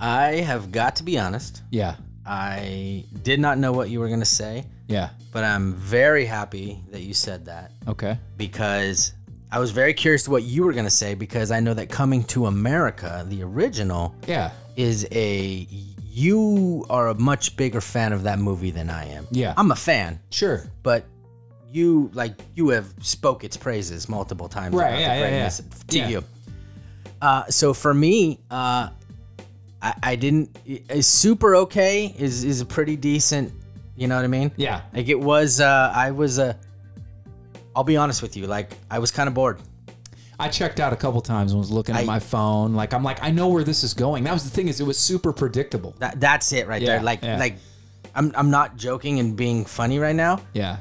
Speaker 1: I have got to be honest.
Speaker 2: Yeah,
Speaker 1: I did not know what you were going to say,
Speaker 2: yeah,
Speaker 1: but I'm very happy that you said that
Speaker 2: okay,
Speaker 1: because I was very curious what you were going to say because I know that Coming to America, the original,
Speaker 2: Yeah.
Speaker 1: is a. You are a much bigger fan of that movie than I am.
Speaker 2: Yeah.
Speaker 1: I'm a fan,
Speaker 2: Sure.
Speaker 1: but you like you have spoke its praises multiple times
Speaker 2: Right,
Speaker 1: about the
Speaker 2: yeah, yeah, yeah.
Speaker 1: greatness to
Speaker 2: Yeah.
Speaker 1: you uh, so for me uh, I, I didn't is super okay is is a pretty decent you know what i mean
Speaker 2: Yeah.
Speaker 1: like it was uh, i was uh, i'll be honest with you like i was kind of bored
Speaker 2: I checked out a couple times and was looking at
Speaker 1: I-
Speaker 2: my phone. Like I'm like, I know where this is going. That was the thing is it was super predictable.
Speaker 1: that, that's it right
Speaker 2: Yeah,
Speaker 1: there like
Speaker 2: yeah.
Speaker 1: like I'm, I'm not joking and being funny right now
Speaker 2: Yeah.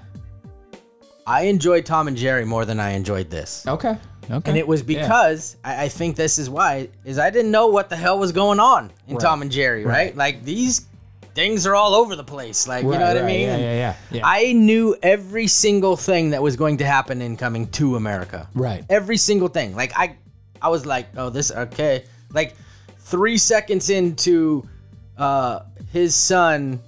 Speaker 1: i enjoyed tom and jerry more than i enjoyed this
Speaker 2: Okay. Okay.
Speaker 1: And it was
Speaker 2: Yeah.
Speaker 1: because I, I think this is why is I didn't know what the hell was going on in
Speaker 2: Right.
Speaker 1: Tom and Jerry, right?
Speaker 2: Right.
Speaker 1: Like these things are all over the place. Like you know what I mean?
Speaker 2: Yeah,
Speaker 1: And
Speaker 2: yeah, yeah. yeah.
Speaker 1: I knew every single thing that was going to happen in coming to America.
Speaker 2: right.
Speaker 1: Every single thing. Like I I was like, oh this okay. Like three seconds into uh his son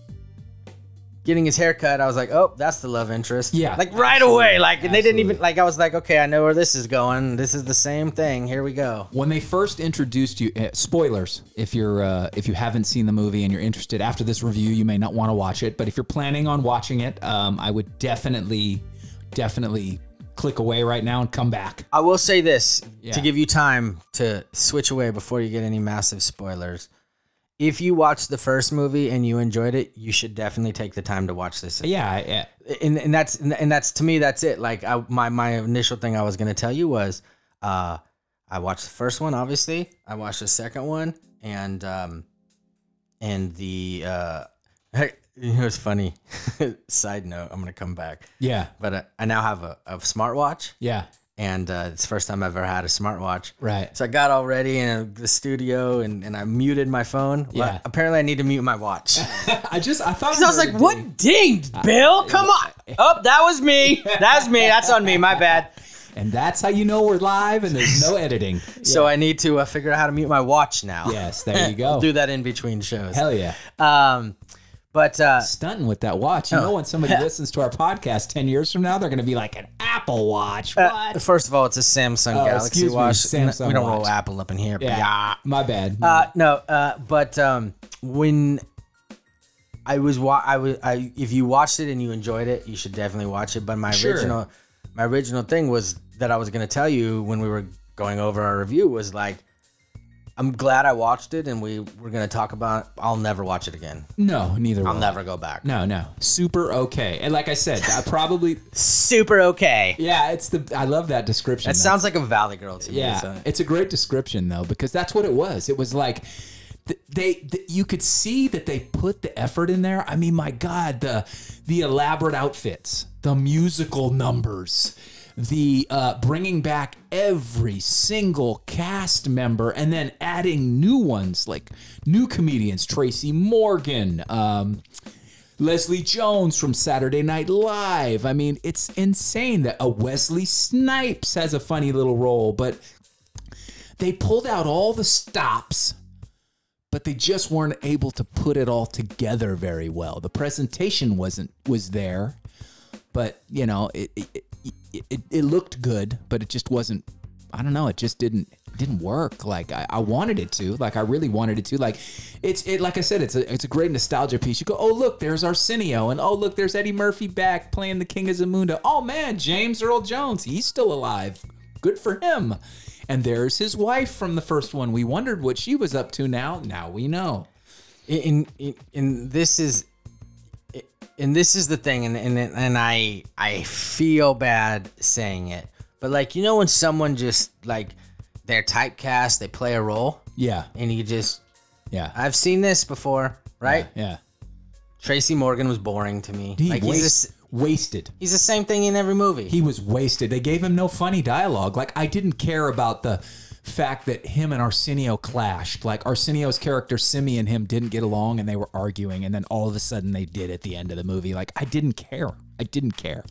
Speaker 1: getting his hair cut, I was like, oh, that's the love interest.
Speaker 2: Yeah.
Speaker 1: Like right away. Like and they didn't even
Speaker 2: Absolutely.
Speaker 1: like I was like, okay, I know where this is going. This is the same thing. Here we go.
Speaker 2: When they first introduced you, eh, spoilers. If you're uh, if you haven't seen the movie and you're interested after this review, you may not want to watch it. But if you're planning on watching it, um, I would definitely, definitely click away right now and come back.
Speaker 1: I will say this
Speaker 2: Yeah.
Speaker 1: to give you time to switch away before you get any massive spoilers. If you watched the first movie and you enjoyed it, you should definitely take the time to watch this.
Speaker 2: Yeah, eh, yeah,
Speaker 1: And, and that's and that's to me that's it. Like I, my my initial thing I was gonna tell you was, uh, I watched the first one obviously. I watched the second one and um, and the uh, you know it's funny. Side note, I'm gonna come back,
Speaker 2: yeah,
Speaker 1: but uh, I now have a, a smartwatch
Speaker 2: yeah.
Speaker 1: and uh, it's the first time I've ever had a smartwatch.
Speaker 2: Right.
Speaker 1: So I got all ready in the studio and, and I muted my phone. Well,
Speaker 2: Yeah.
Speaker 1: apparently, I need to mute my watch. so
Speaker 2: I just I thought
Speaker 1: I was like, what dinged, Bill? Come on. Oh, that was me. That's me. That's on me. My bad.
Speaker 2: And that's how you know we're live and there's no editing.
Speaker 1: So I need to uh, figure out how to mute my watch now.
Speaker 2: Yes, there you
Speaker 1: I'll
Speaker 2: go.
Speaker 1: do that in between shows.
Speaker 2: Hell yeah.
Speaker 1: Um, but uh, oh.
Speaker 2: Stunting with that watch. You know, when somebody listens to our podcast 10 years from now, they're going to be like, an Apple Watch. What?
Speaker 1: uh, first of all, it's a Samsung
Speaker 2: Oh,
Speaker 1: Galaxy
Speaker 2: excuse me,
Speaker 1: watch.
Speaker 2: Samsung
Speaker 1: we don't
Speaker 2: watch.
Speaker 1: roll Apple up in here.
Speaker 2: yeah.
Speaker 1: Yeah.
Speaker 2: My bad.
Speaker 1: Uh, no, uh, but um, when I was wa- I was I if you watched it and you enjoyed it, you should definitely watch it. But my
Speaker 2: Sure.
Speaker 1: original my original thing was that I was gonna tell you when we were going over our review was like I'm glad I watched it and we were gonna talk about. it. I'll never watch it again.
Speaker 2: no, neither
Speaker 1: I'll
Speaker 2: will.
Speaker 1: never go back.
Speaker 2: No, no. Super okay. And like I said, I probably,
Speaker 1: Super okay.
Speaker 2: yeah, it's the, I love that description.
Speaker 1: That
Speaker 2: That's-
Speaker 1: sounds like a Valley Girl to me.
Speaker 2: Yeah,
Speaker 1: so-
Speaker 2: it's a great description though because that's what it was. It was like th- they, th- you could see that they put the effort in there. I mean, my God, the the elaborate outfits, the musical numbers, the uh, bringing back every single cast member and then adding new ones like new comedians, Tracy Morgan. Um, Leslie Jones from Saturday Night Live. I mean, it's insane that a Wesley Snipes has a funny little role, but they pulled out all the stops, but they just weren't able to put it all together very well. The presentation wasn't was there, but you know, it it, it, it, it looked good, but it just wasn't. I don't know. It just didn't it didn't work like I, I wanted it to. Like I really wanted it to. Like it's it. Like I said, it's a it's a great nostalgia piece. You go, oh look, there's Arsenio, and oh look, there's Eddie Murphy back playing the King of Zamunda. Oh man, James Earl Jones, he's still alive. Good for him. And there's his wife from the first one. We wondered what she was up to now. Now we know.
Speaker 1: in in, in this is and this is the thing and, and and i i feel bad saying it but like you know when someone just like they're typecast they play a role
Speaker 2: Yeah.
Speaker 1: and you just
Speaker 2: Yeah.
Speaker 1: i've seen this before right
Speaker 2: Yeah.
Speaker 1: tracy morgan was boring to me
Speaker 2: He
Speaker 1: like
Speaker 2: was-
Speaker 1: he's, the s-
Speaker 2: wasted.
Speaker 1: he's the same thing in every movie
Speaker 2: he was wasted. They gave him no funny dialogue. Like I didn't care about the fact that him and Arsenio clashed. Like Arsenio's character Simi and him didn't get along and they were arguing and then all of a sudden they did at the end of the movie. Like I didn't care. I didn't care.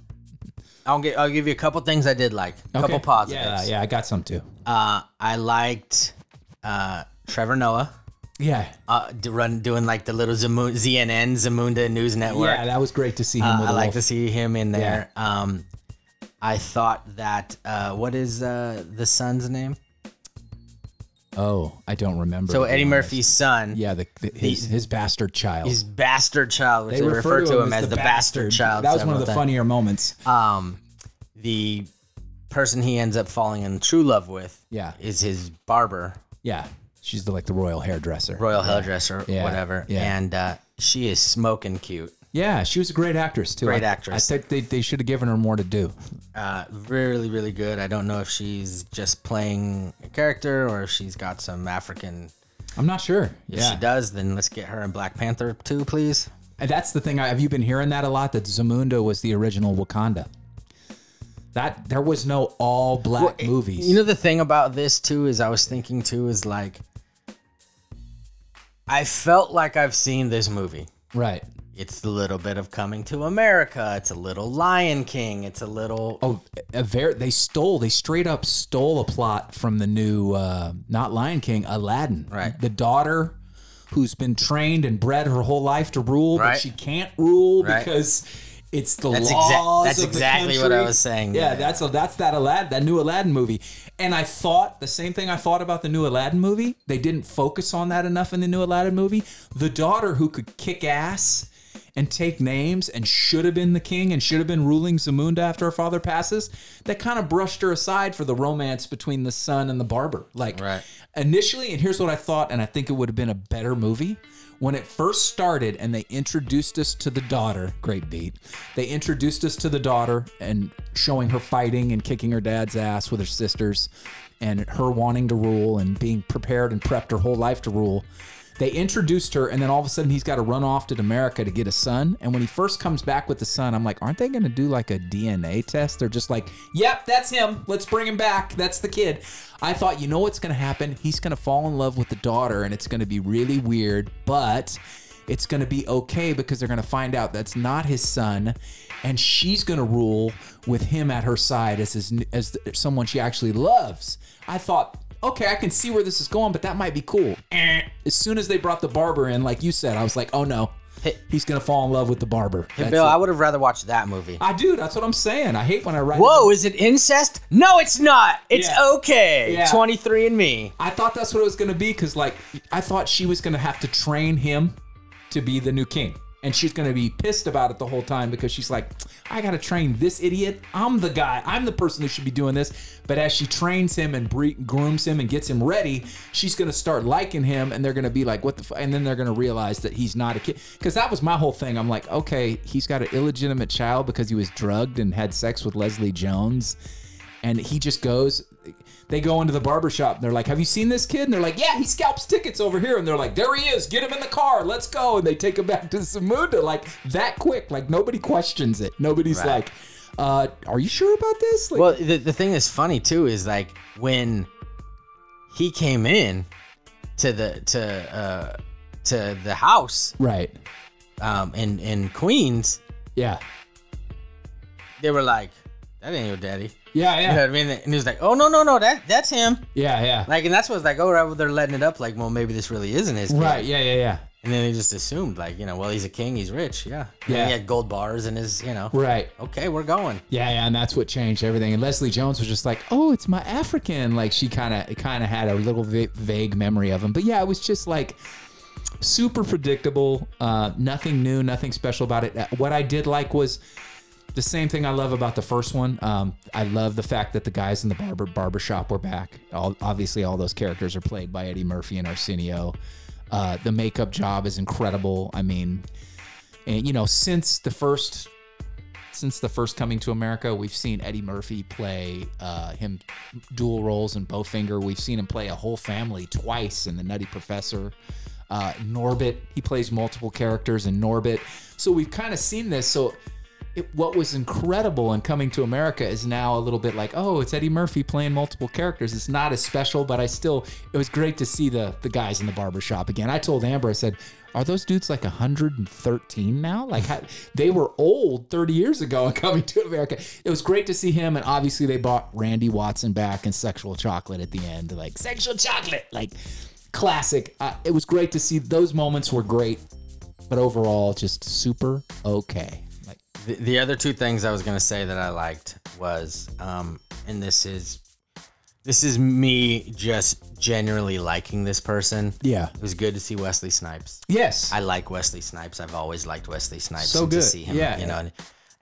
Speaker 1: I'll, gi- I'll give you a couple things i did like a couple
Speaker 2: Okay.
Speaker 1: positives
Speaker 2: Yeah, yeah, I got some too.
Speaker 1: uh i liked uh trevor noah
Speaker 2: Yeah.
Speaker 1: uh, d- run doing like the little Zamu- ZNN Zamunda News Network.
Speaker 2: Yeah, that was great to see him
Speaker 1: Uh,
Speaker 2: with
Speaker 1: I
Speaker 2: a
Speaker 1: like
Speaker 2: little-
Speaker 1: to see him in there. Um, I thought that uh, what is uh, the son's name?
Speaker 2: Oh, I don't remember.
Speaker 1: So
Speaker 2: to be
Speaker 1: Eddie
Speaker 2: honest.
Speaker 1: Murphy's son,
Speaker 2: Yeah, the, the- his, his bastard child.
Speaker 1: his bastard child, which they, refer, to him, as, the bastard, child.
Speaker 2: That was one of
Speaker 1: several
Speaker 2: the
Speaker 1: times.
Speaker 2: funnier moments.
Speaker 1: Um, the person he ends up falling in true love with,
Speaker 2: Yeah.
Speaker 1: is his barber,
Speaker 2: Yeah, she's the, like the royal hairdresser.
Speaker 1: royal hairdresser,
Speaker 2: Yeah.
Speaker 1: whatever,
Speaker 2: Yeah.
Speaker 1: and uh, she is smoking cute.
Speaker 2: Yeah, she was a great actress too.
Speaker 1: Great
Speaker 2: I-
Speaker 1: actress.
Speaker 2: I think they, they should have given her more to do.
Speaker 1: uh, really, really good. I don't know if she's just playing a character or if she's got some African.
Speaker 2: I'm not sure.
Speaker 1: If she
Speaker 2: Yeah,
Speaker 1: does, then let's get her in Black Panther too, please.
Speaker 2: And that's the thing. I, have you been hearing that a lot? That Zamunda was the original Wakanda. That there was no all black movies.
Speaker 1: You know the thing about this too is I was thinking too is like I felt like I've seen this movie.
Speaker 2: right?
Speaker 1: It's a little bit of Coming to America. It's a little Lion King. It's a little
Speaker 2: Oh, a ver- they stole. They straight up stole a plot from the new, uh, not Lion King, Aladdin.
Speaker 1: Right.
Speaker 2: The daughter who's been trained and bred her whole life to rule,
Speaker 1: Right.
Speaker 2: but she can't rule
Speaker 1: Right.
Speaker 2: because it's the
Speaker 1: That's exa-
Speaker 2: laws.
Speaker 1: that's
Speaker 2: of the
Speaker 1: exactly what
Speaker 2: country.
Speaker 1: I was saying.
Speaker 2: Yeah,
Speaker 1: Yeah.
Speaker 2: that's a, that's that Aladdin, that new Aladdin movie. And I thought the same thing I thought about the new Aladdin movie. They didn't focus on that enough in the new Aladdin movie. The daughter who could kick ass and take names and should have been the king and should have been ruling Zamunda after her father passes, that kind of brushed her aside for the romance between the son and the barber. Like
Speaker 1: Right.
Speaker 2: initially, and here's what I thought, and I think it would have been a better movie. When it first started and they introduced us to the daughter, great beat. They introduced us to the daughter and showing her fighting and kicking her dad's ass with her sisters and her wanting to rule and being prepared and prepped her whole life to rule. They introduced her, and then all of a sudden he's got to run off to America to get a son. And when he first comes back with the son, I'm like, aren't they going to do like a DNA test? They're just like, yep, that's him. Let's bring him back. That's the kid. I thought, you know what's going to happen? He's going to fall in love with the daughter, and it's going to be really weird, but it's going to be okay because they're going to find out that's not his son, and she's going to rule with him at her side as his, as someone she actually loves. I thought okay, I can see where this is going, but that might be cool. Eh. As soon as they brought the barber in, like you said, I was like, oh no,
Speaker 1: Hey.
Speaker 2: he's gonna fall in love with the barber.
Speaker 1: Hey,
Speaker 2: That's
Speaker 1: Bill.
Speaker 2: it.
Speaker 1: I would have rather watched that movie.
Speaker 2: I do. That's what I'm saying. I hate when I write.
Speaker 1: Whoa, is it incest? No, it's not. It's
Speaker 2: Yeah.
Speaker 1: okay.
Speaker 2: Yeah.
Speaker 1: 23 and me.
Speaker 2: I thought that's what it was gonna be because like I thought she was gonna have to train him to be the new king. And she's gonna be pissed about it the whole time because she's like, I gotta train this idiot. I'm the guy. I'm the person who should be doing this. But as she trains him and bre- grooms him and gets him ready, she's gonna start liking him, and they're gonna be like, "What the?" F-? And then they're gonna realize that he's not a kid. Because that was my whole thing. I'm like, okay, he's got an illegitimate child because he was drugged and had sex with Leslie Jones and he just goes they go into the barber shop and they're like have you seen this kid and they're like yeah he scalps tickets over here and they're like there he is get him in the car let's go and they take him back to samunda like that quick like nobody questions it nobody's like uh are you sure about this like
Speaker 1: Well, the, the thing that's funny too is like when he came in to the to uh to the house
Speaker 2: right
Speaker 1: um in in Queens,
Speaker 2: yeah
Speaker 1: they were like, "That ain't your daddy."
Speaker 2: yeah
Speaker 1: You know
Speaker 2: yeah
Speaker 1: what I mean? And he was like, "Oh no no no, that that's him."
Speaker 2: yeah yeah
Speaker 1: Like, and that's what's like, "Oh, right, well, they're letting it up." Like, well, maybe this really isn't his. kid."
Speaker 2: right yeah yeah yeah
Speaker 1: And then they just assumed, like, you know, well, he's a king, he's rich, yeah. And then
Speaker 2: Yeah.
Speaker 1: He had gold bars in his, you know.
Speaker 2: right
Speaker 1: Okay, we're going.
Speaker 2: Yeah, yeah, and that's what changed everything. And Leslie Jones was just like, "Oh, it's my African." Like she kind of kind of had a little va- vague memory of him, but yeah, it was just like super predictable. Uh, nothing new, nothing special about it. Uh, What I did like was the same thing I love about the first one. Um, I love the fact that the guys in the barber barbershop were back. All, obviously, all those characters are played by Eddie Murphy and Arsenio. Uh, the makeup job is incredible. I mean, and you know, since the first since the first coming to America, we've seen Eddie Murphy play uh, him dual roles in Bowfinger. We've seen him play a whole family twice in The Nutty Professor. Uh, Norbit, he plays multiple characters in Norbit. So we've kind of seen this. So it, what was incredible in coming to America is now a little bit like, oh, it's Eddie Murphy playing multiple characters. It's not as special, but I still, it was great to see the the guys in the barbershop again. I told Amber, I said, are those dudes like 113 now? Like how, they were old 30 years ago in coming to America. It was great to see him, and obviously they bought Randy Watson back and Sexual Chocolate at the end, like Sexual Chocolate, like classic. Uh, it was great to see those moments were great, but overall just super okay. Like
Speaker 1: The, the other two things I was gonna say that I liked was, um, and this is, this is me just generally liking this person.
Speaker 2: Yeah.
Speaker 1: It was good to see Wesley Snipes.
Speaker 2: Yes.
Speaker 1: I like Wesley Snipes. I've always liked Wesley Snipes.
Speaker 2: So
Speaker 1: and
Speaker 2: good.
Speaker 1: To see him,
Speaker 2: Yeah.
Speaker 1: You know, and,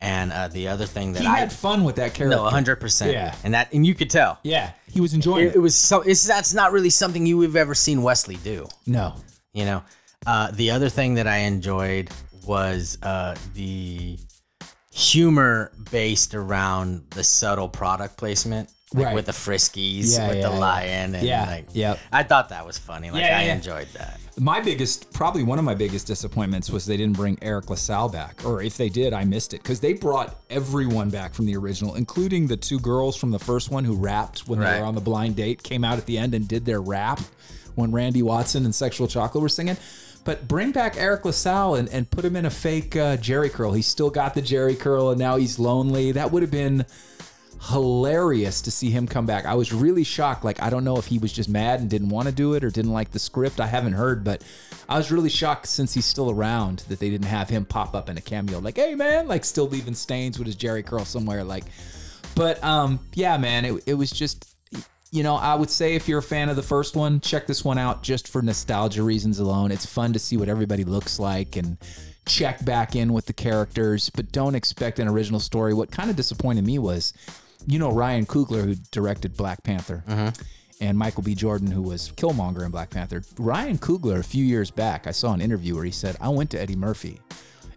Speaker 1: and uh, the other thing that
Speaker 2: he
Speaker 1: I
Speaker 2: had fun with that character.
Speaker 1: no, hundred percent.
Speaker 2: Yeah.
Speaker 1: And that, and you could tell.
Speaker 2: Yeah. He was enjoying
Speaker 1: It,
Speaker 2: it.
Speaker 1: it was so. It's that's not really something you have ever seen Wesley do.
Speaker 2: No.
Speaker 1: You know, uh, the other thing that I enjoyed was uh, the humor based around the subtle product placement, like
Speaker 2: Right.
Speaker 1: with the friskies,
Speaker 2: Yeah,
Speaker 1: with
Speaker 2: yeah,
Speaker 1: the
Speaker 2: yeah.
Speaker 1: lion, and
Speaker 2: Yeah,
Speaker 1: like,
Speaker 2: yep.
Speaker 1: I thought that was funny. Like,
Speaker 2: Yeah,
Speaker 1: I
Speaker 2: yeah.
Speaker 1: enjoyed that.
Speaker 2: My biggest, probably one of my biggest disappointments was they didn't bring Eric LaSalle back. Or if they did, I missed it. Because they brought everyone back from the original, including the two girls from the first one who rapped when they
Speaker 1: Right.
Speaker 2: were on the blind date, came out at the end and did their rap when Randy Watson and Sexual Chocolate were singing. But bring back Eric LaSalle and, and put him in a fake uh, Jerry curl. He's still got the Jerry curl and now he's lonely. That would have been hilarious to see him come back. I was really shocked. Like, I don't know if he was just mad and didn't want to do it or didn't like the script. I haven't heard, but I was really shocked since he's still around that they didn't have him pop up in a cameo. Like, hey, man, like still leaving stains with his Jerry curl somewhere. Like, but um, yeah, man, it, it was just, you know, I would say if you're a fan of the first one, check this one out just for nostalgia reasons alone. It's fun to see what everybody looks like and check back in with the characters, but don't expect an original story. What kind of disappointed me was, you know, Ryan Coogler, who directed Black Panther. And Michael B. Jordan, who was Killmonger in Black Panther. Ryan Coogler, a few years back, I saw an interview where he said, I went to Eddie Murphy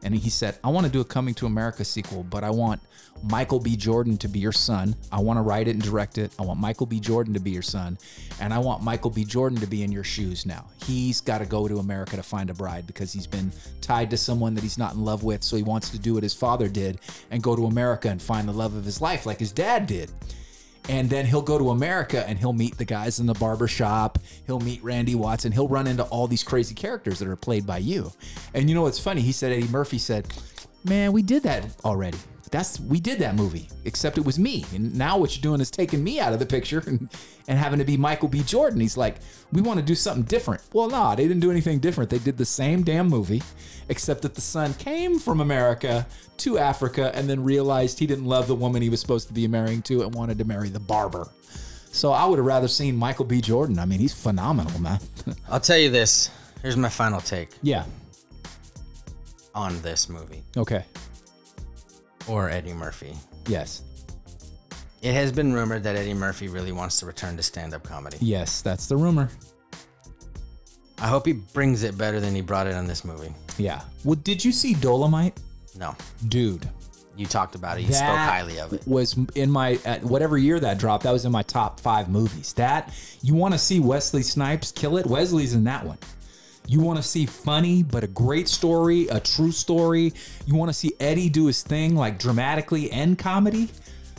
Speaker 2: and he said, I want to do a Coming to America sequel, but I want Michael B. Jordan to be your son. I want to write it and direct it. I want Michael B. Jordan to be your son. And I want Michael B. Jordan to be in your shoes now. He's got to go to America to find a bride because he's been tied to someone that he's not in love with. So he wants to do what his father did and go to America and find the love of his life like his dad did and then he'll go to America and he'll meet the guys in the barber shop. He'll meet Randy Watson. He'll run into all these crazy characters that are played by you. And you know what's funny? He said Eddie Murphy said, "Man, we did that already. That's we did that movie, except it was me. And now what you're doing is taking me out of the picture and, and having to be Michael B. Jordan." He's like, "We want to do something different." Well, nah, they didn't do anything different. They did the same damn movie, except that the son came from America to Africa and then realized he didn't love the woman he was supposed to be marrying to and wanted to marry the barber. So I would have rather seen Michael B. Jordan. I mean, he's phenomenal, man.
Speaker 1: I'll tell you this. Here's my final take
Speaker 2: yeah.
Speaker 1: on this movie
Speaker 2: Okay.
Speaker 1: or Eddie Murphy.
Speaker 2: Yes.
Speaker 1: It has been rumored that Eddie Murphy really wants to return to stand up comedy.
Speaker 2: Yes, that's the rumor.
Speaker 1: I hope he brings it better than he brought it on this movie.
Speaker 2: Yeah. Well, did you see Dolomite?
Speaker 1: No.
Speaker 2: Dude.
Speaker 1: You talked about it. You spoke highly of it.
Speaker 2: Was in my at whatever year that dropped. That was in my top five movies. That you want to see Wesley Snipes kill it. Wesley's in that one. You want to see funny, but a great story, a true story. You want to see Eddie do his thing, like dramatically and comedy.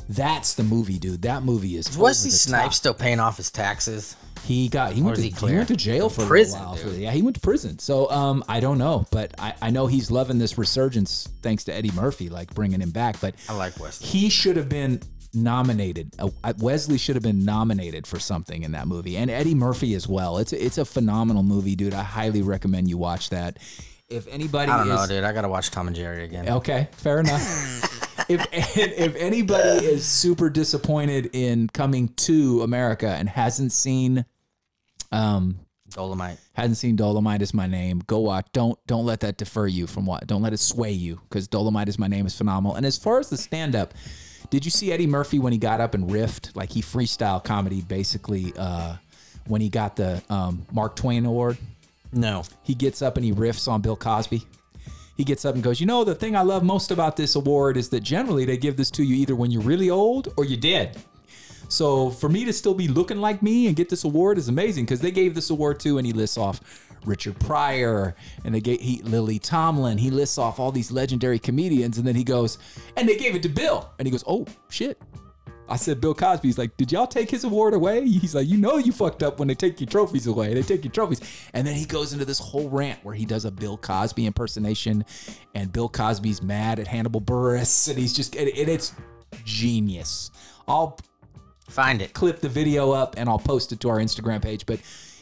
Speaker 2: That's the movie, dude. That movie is.
Speaker 1: Is
Speaker 2: over
Speaker 1: Wesley
Speaker 2: the
Speaker 1: Snipes
Speaker 2: top.
Speaker 1: still paying off his taxes?
Speaker 2: He got. He went,
Speaker 1: is
Speaker 2: to,
Speaker 1: he
Speaker 2: he
Speaker 1: clear?
Speaker 2: went to jail for
Speaker 1: Prison,
Speaker 2: a little while. for-
Speaker 1: dude.
Speaker 2: yeah, he went to prison. So um, I don't know, but I, I know he's loving this resurgence thanks to Eddie Murphy, like bringing him back. But
Speaker 1: I like Wesley.
Speaker 2: he should have been nominated. Uh, Wesley should have been nominated for something in that movie, and Eddie Murphy as well. It's a, it's a phenomenal movie, dude. I highly recommend you watch that. If anybody
Speaker 1: I don't
Speaker 2: is
Speaker 1: know, dude. I gotta watch Tom and Jerry again.
Speaker 2: Okay, fair enough. if if anybody is super disappointed in coming to America and hasn't seen um
Speaker 1: Dolomite.
Speaker 2: hasn't seen Dolomite is my name, go watch. Don't don't let that defer you from what. Don't let it sway you because Dolomite is my name is phenomenal. And as far as the stand up, did you see Eddie Murphy when he got up and riffed like he freestyle comedy basically uh, when he got the um, Mark Twain Award?
Speaker 1: No.
Speaker 2: he gets up and he riffs on Bill Cosby. He gets up and goes, You know, the thing I love most about this award is that generally they give this to you either when you're really old or you're dead. So for me to still be looking like me and get this award is amazing because they gave this award to, and he lists off Richard Pryor and they gave he, Lily Tomlin. He lists off all these legendary comedians, and then he goes, And they gave it to Bill. And he goes, Oh, shit. I said, Bill Cosby. He's like, did y'all take his award away? He's like, you know, you fucked up when they take your trophies away. They take your trophies. And then he goes into this whole rant where he does a Bill Cosby impersonation, and Bill Cosby's mad at Hannibal Burris, and he's just, and, and it's genius. I'll
Speaker 1: Find it.
Speaker 2: clip the video up and I'll post it to our Instagram page. But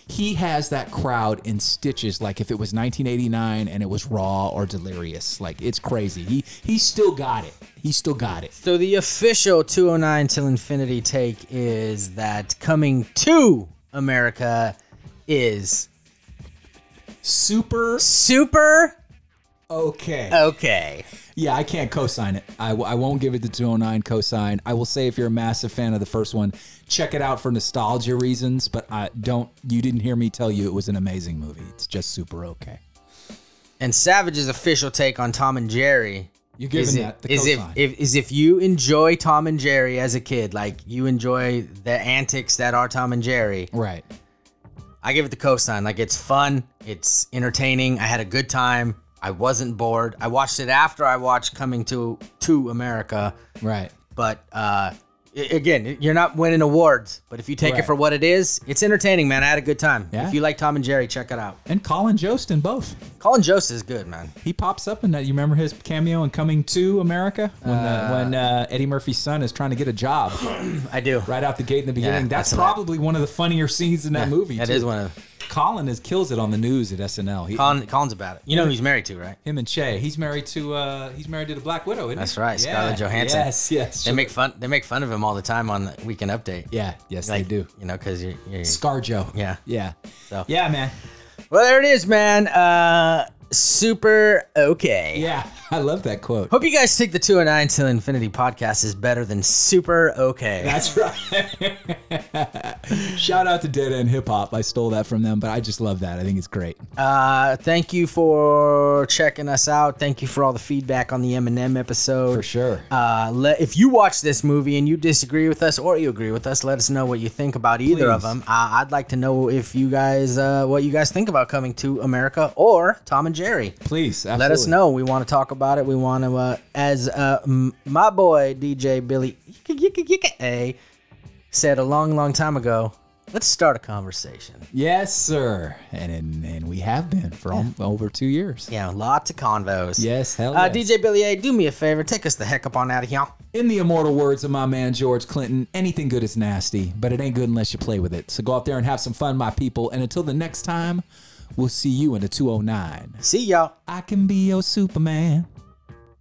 Speaker 2: he has that crowd in stitches like if it was 1989 and it was raw or delirious like it's crazy he he still got it he still got it
Speaker 1: So the official 209 till infinity take is that coming to America is
Speaker 2: super
Speaker 1: super
Speaker 2: okay
Speaker 1: okay.
Speaker 2: Yeah, I can't co-sign it. I, w- I won't give it the 209 co-sign. I will say if you're a massive fan of the first one, check it out for nostalgia reasons, but I don't you didn't hear me tell you it was an amazing movie. It's just super okay.
Speaker 1: And Savage's official take on Tom and Jerry
Speaker 2: You're giving
Speaker 1: is,
Speaker 2: that the
Speaker 1: is if,
Speaker 2: cosign.
Speaker 1: if is if you enjoy Tom and Jerry as a kid, like you enjoy the antics that are Tom and Jerry,
Speaker 2: right.
Speaker 1: I give it the cosign. Like it's fun, it's entertaining. I had a good time. I wasn't bored. I watched it after I watched Coming to to America,
Speaker 2: Right.
Speaker 1: but uh i- again, you're not winning awards, but if you take
Speaker 2: Right.
Speaker 1: it for what it is, it's entertaining, man. I had a good time.
Speaker 2: Yeah.
Speaker 1: If you like Tom and Jerry, check it out.
Speaker 2: And Colin Jost in both.
Speaker 1: Colin Jost is good, man.
Speaker 2: He pops up in that. You remember his cameo in Coming to America when the, when uh, Eddie Murphy's son is trying to get a job
Speaker 1: I do.
Speaker 2: right out the gate in the beginning. that's
Speaker 1: that's a lot.
Speaker 2: probably one of the funnier scenes in that movie.
Speaker 1: That
Speaker 2: too.
Speaker 1: is one of
Speaker 2: Colin is kills it on the news at SNL. He,
Speaker 1: Colin, Colin's about it. You know who he's married to, right?
Speaker 2: Him and Che. He's married to uh he's married to the Black Widow, isn't
Speaker 1: That's
Speaker 2: he?
Speaker 1: right, Scarlett Johansson.
Speaker 2: Yes, yes.
Speaker 1: They make fun. They make fun of him all the time on the Weekend Update.
Speaker 2: Yeah, yes
Speaker 1: Like,
Speaker 2: they do.
Speaker 1: You know, because you're, you're
Speaker 2: Scarjo.
Speaker 1: Yeah.
Speaker 2: Yeah.
Speaker 1: So-
Speaker 2: Yeah, man.
Speaker 1: Well, there it is, man. Uh, super okay.
Speaker 2: Yeah. I love that quote.
Speaker 1: Hope you guys think the 209 till infinity podcast is better than super okay.
Speaker 2: That's right. Shout out to Dead End Hip Hop. I stole that from them, but I just love that. I think it's great.
Speaker 1: Uh, thank you for checking us out. Thank you for all the feedback on the Eminem episode.
Speaker 2: For sure.
Speaker 1: Uh, let, if you watch this movie and you disagree with us or you agree with us, let us know what you think about either of
Speaker 2: Please.
Speaker 1: them. Uh, I'd like to know if you guys, uh, what you guys think about coming to America or Tom and Jerry.
Speaker 2: Please absolutely.
Speaker 1: Let us know. We want to talk about it. We want to, uh, as uh, m- my boy DJ Billy Yicka Yicka Yicka A said a long, long time ago, let's start a conversation.
Speaker 2: Yes, sir. And and, and we have been for al- over two years.
Speaker 1: Yeah, lots of convos.
Speaker 2: Yes, hell
Speaker 1: Uh,
Speaker 2: yes.
Speaker 1: DJ Billy A, do me a favor, take us the heck up on out of here.
Speaker 2: In the immortal words of my man George Clinton, anything good is nasty, but it ain't good unless you play with it. So go out there and have some fun, my people. And until the next time, we'll see you in the 209.
Speaker 1: See y'all.
Speaker 2: I can be your Superman.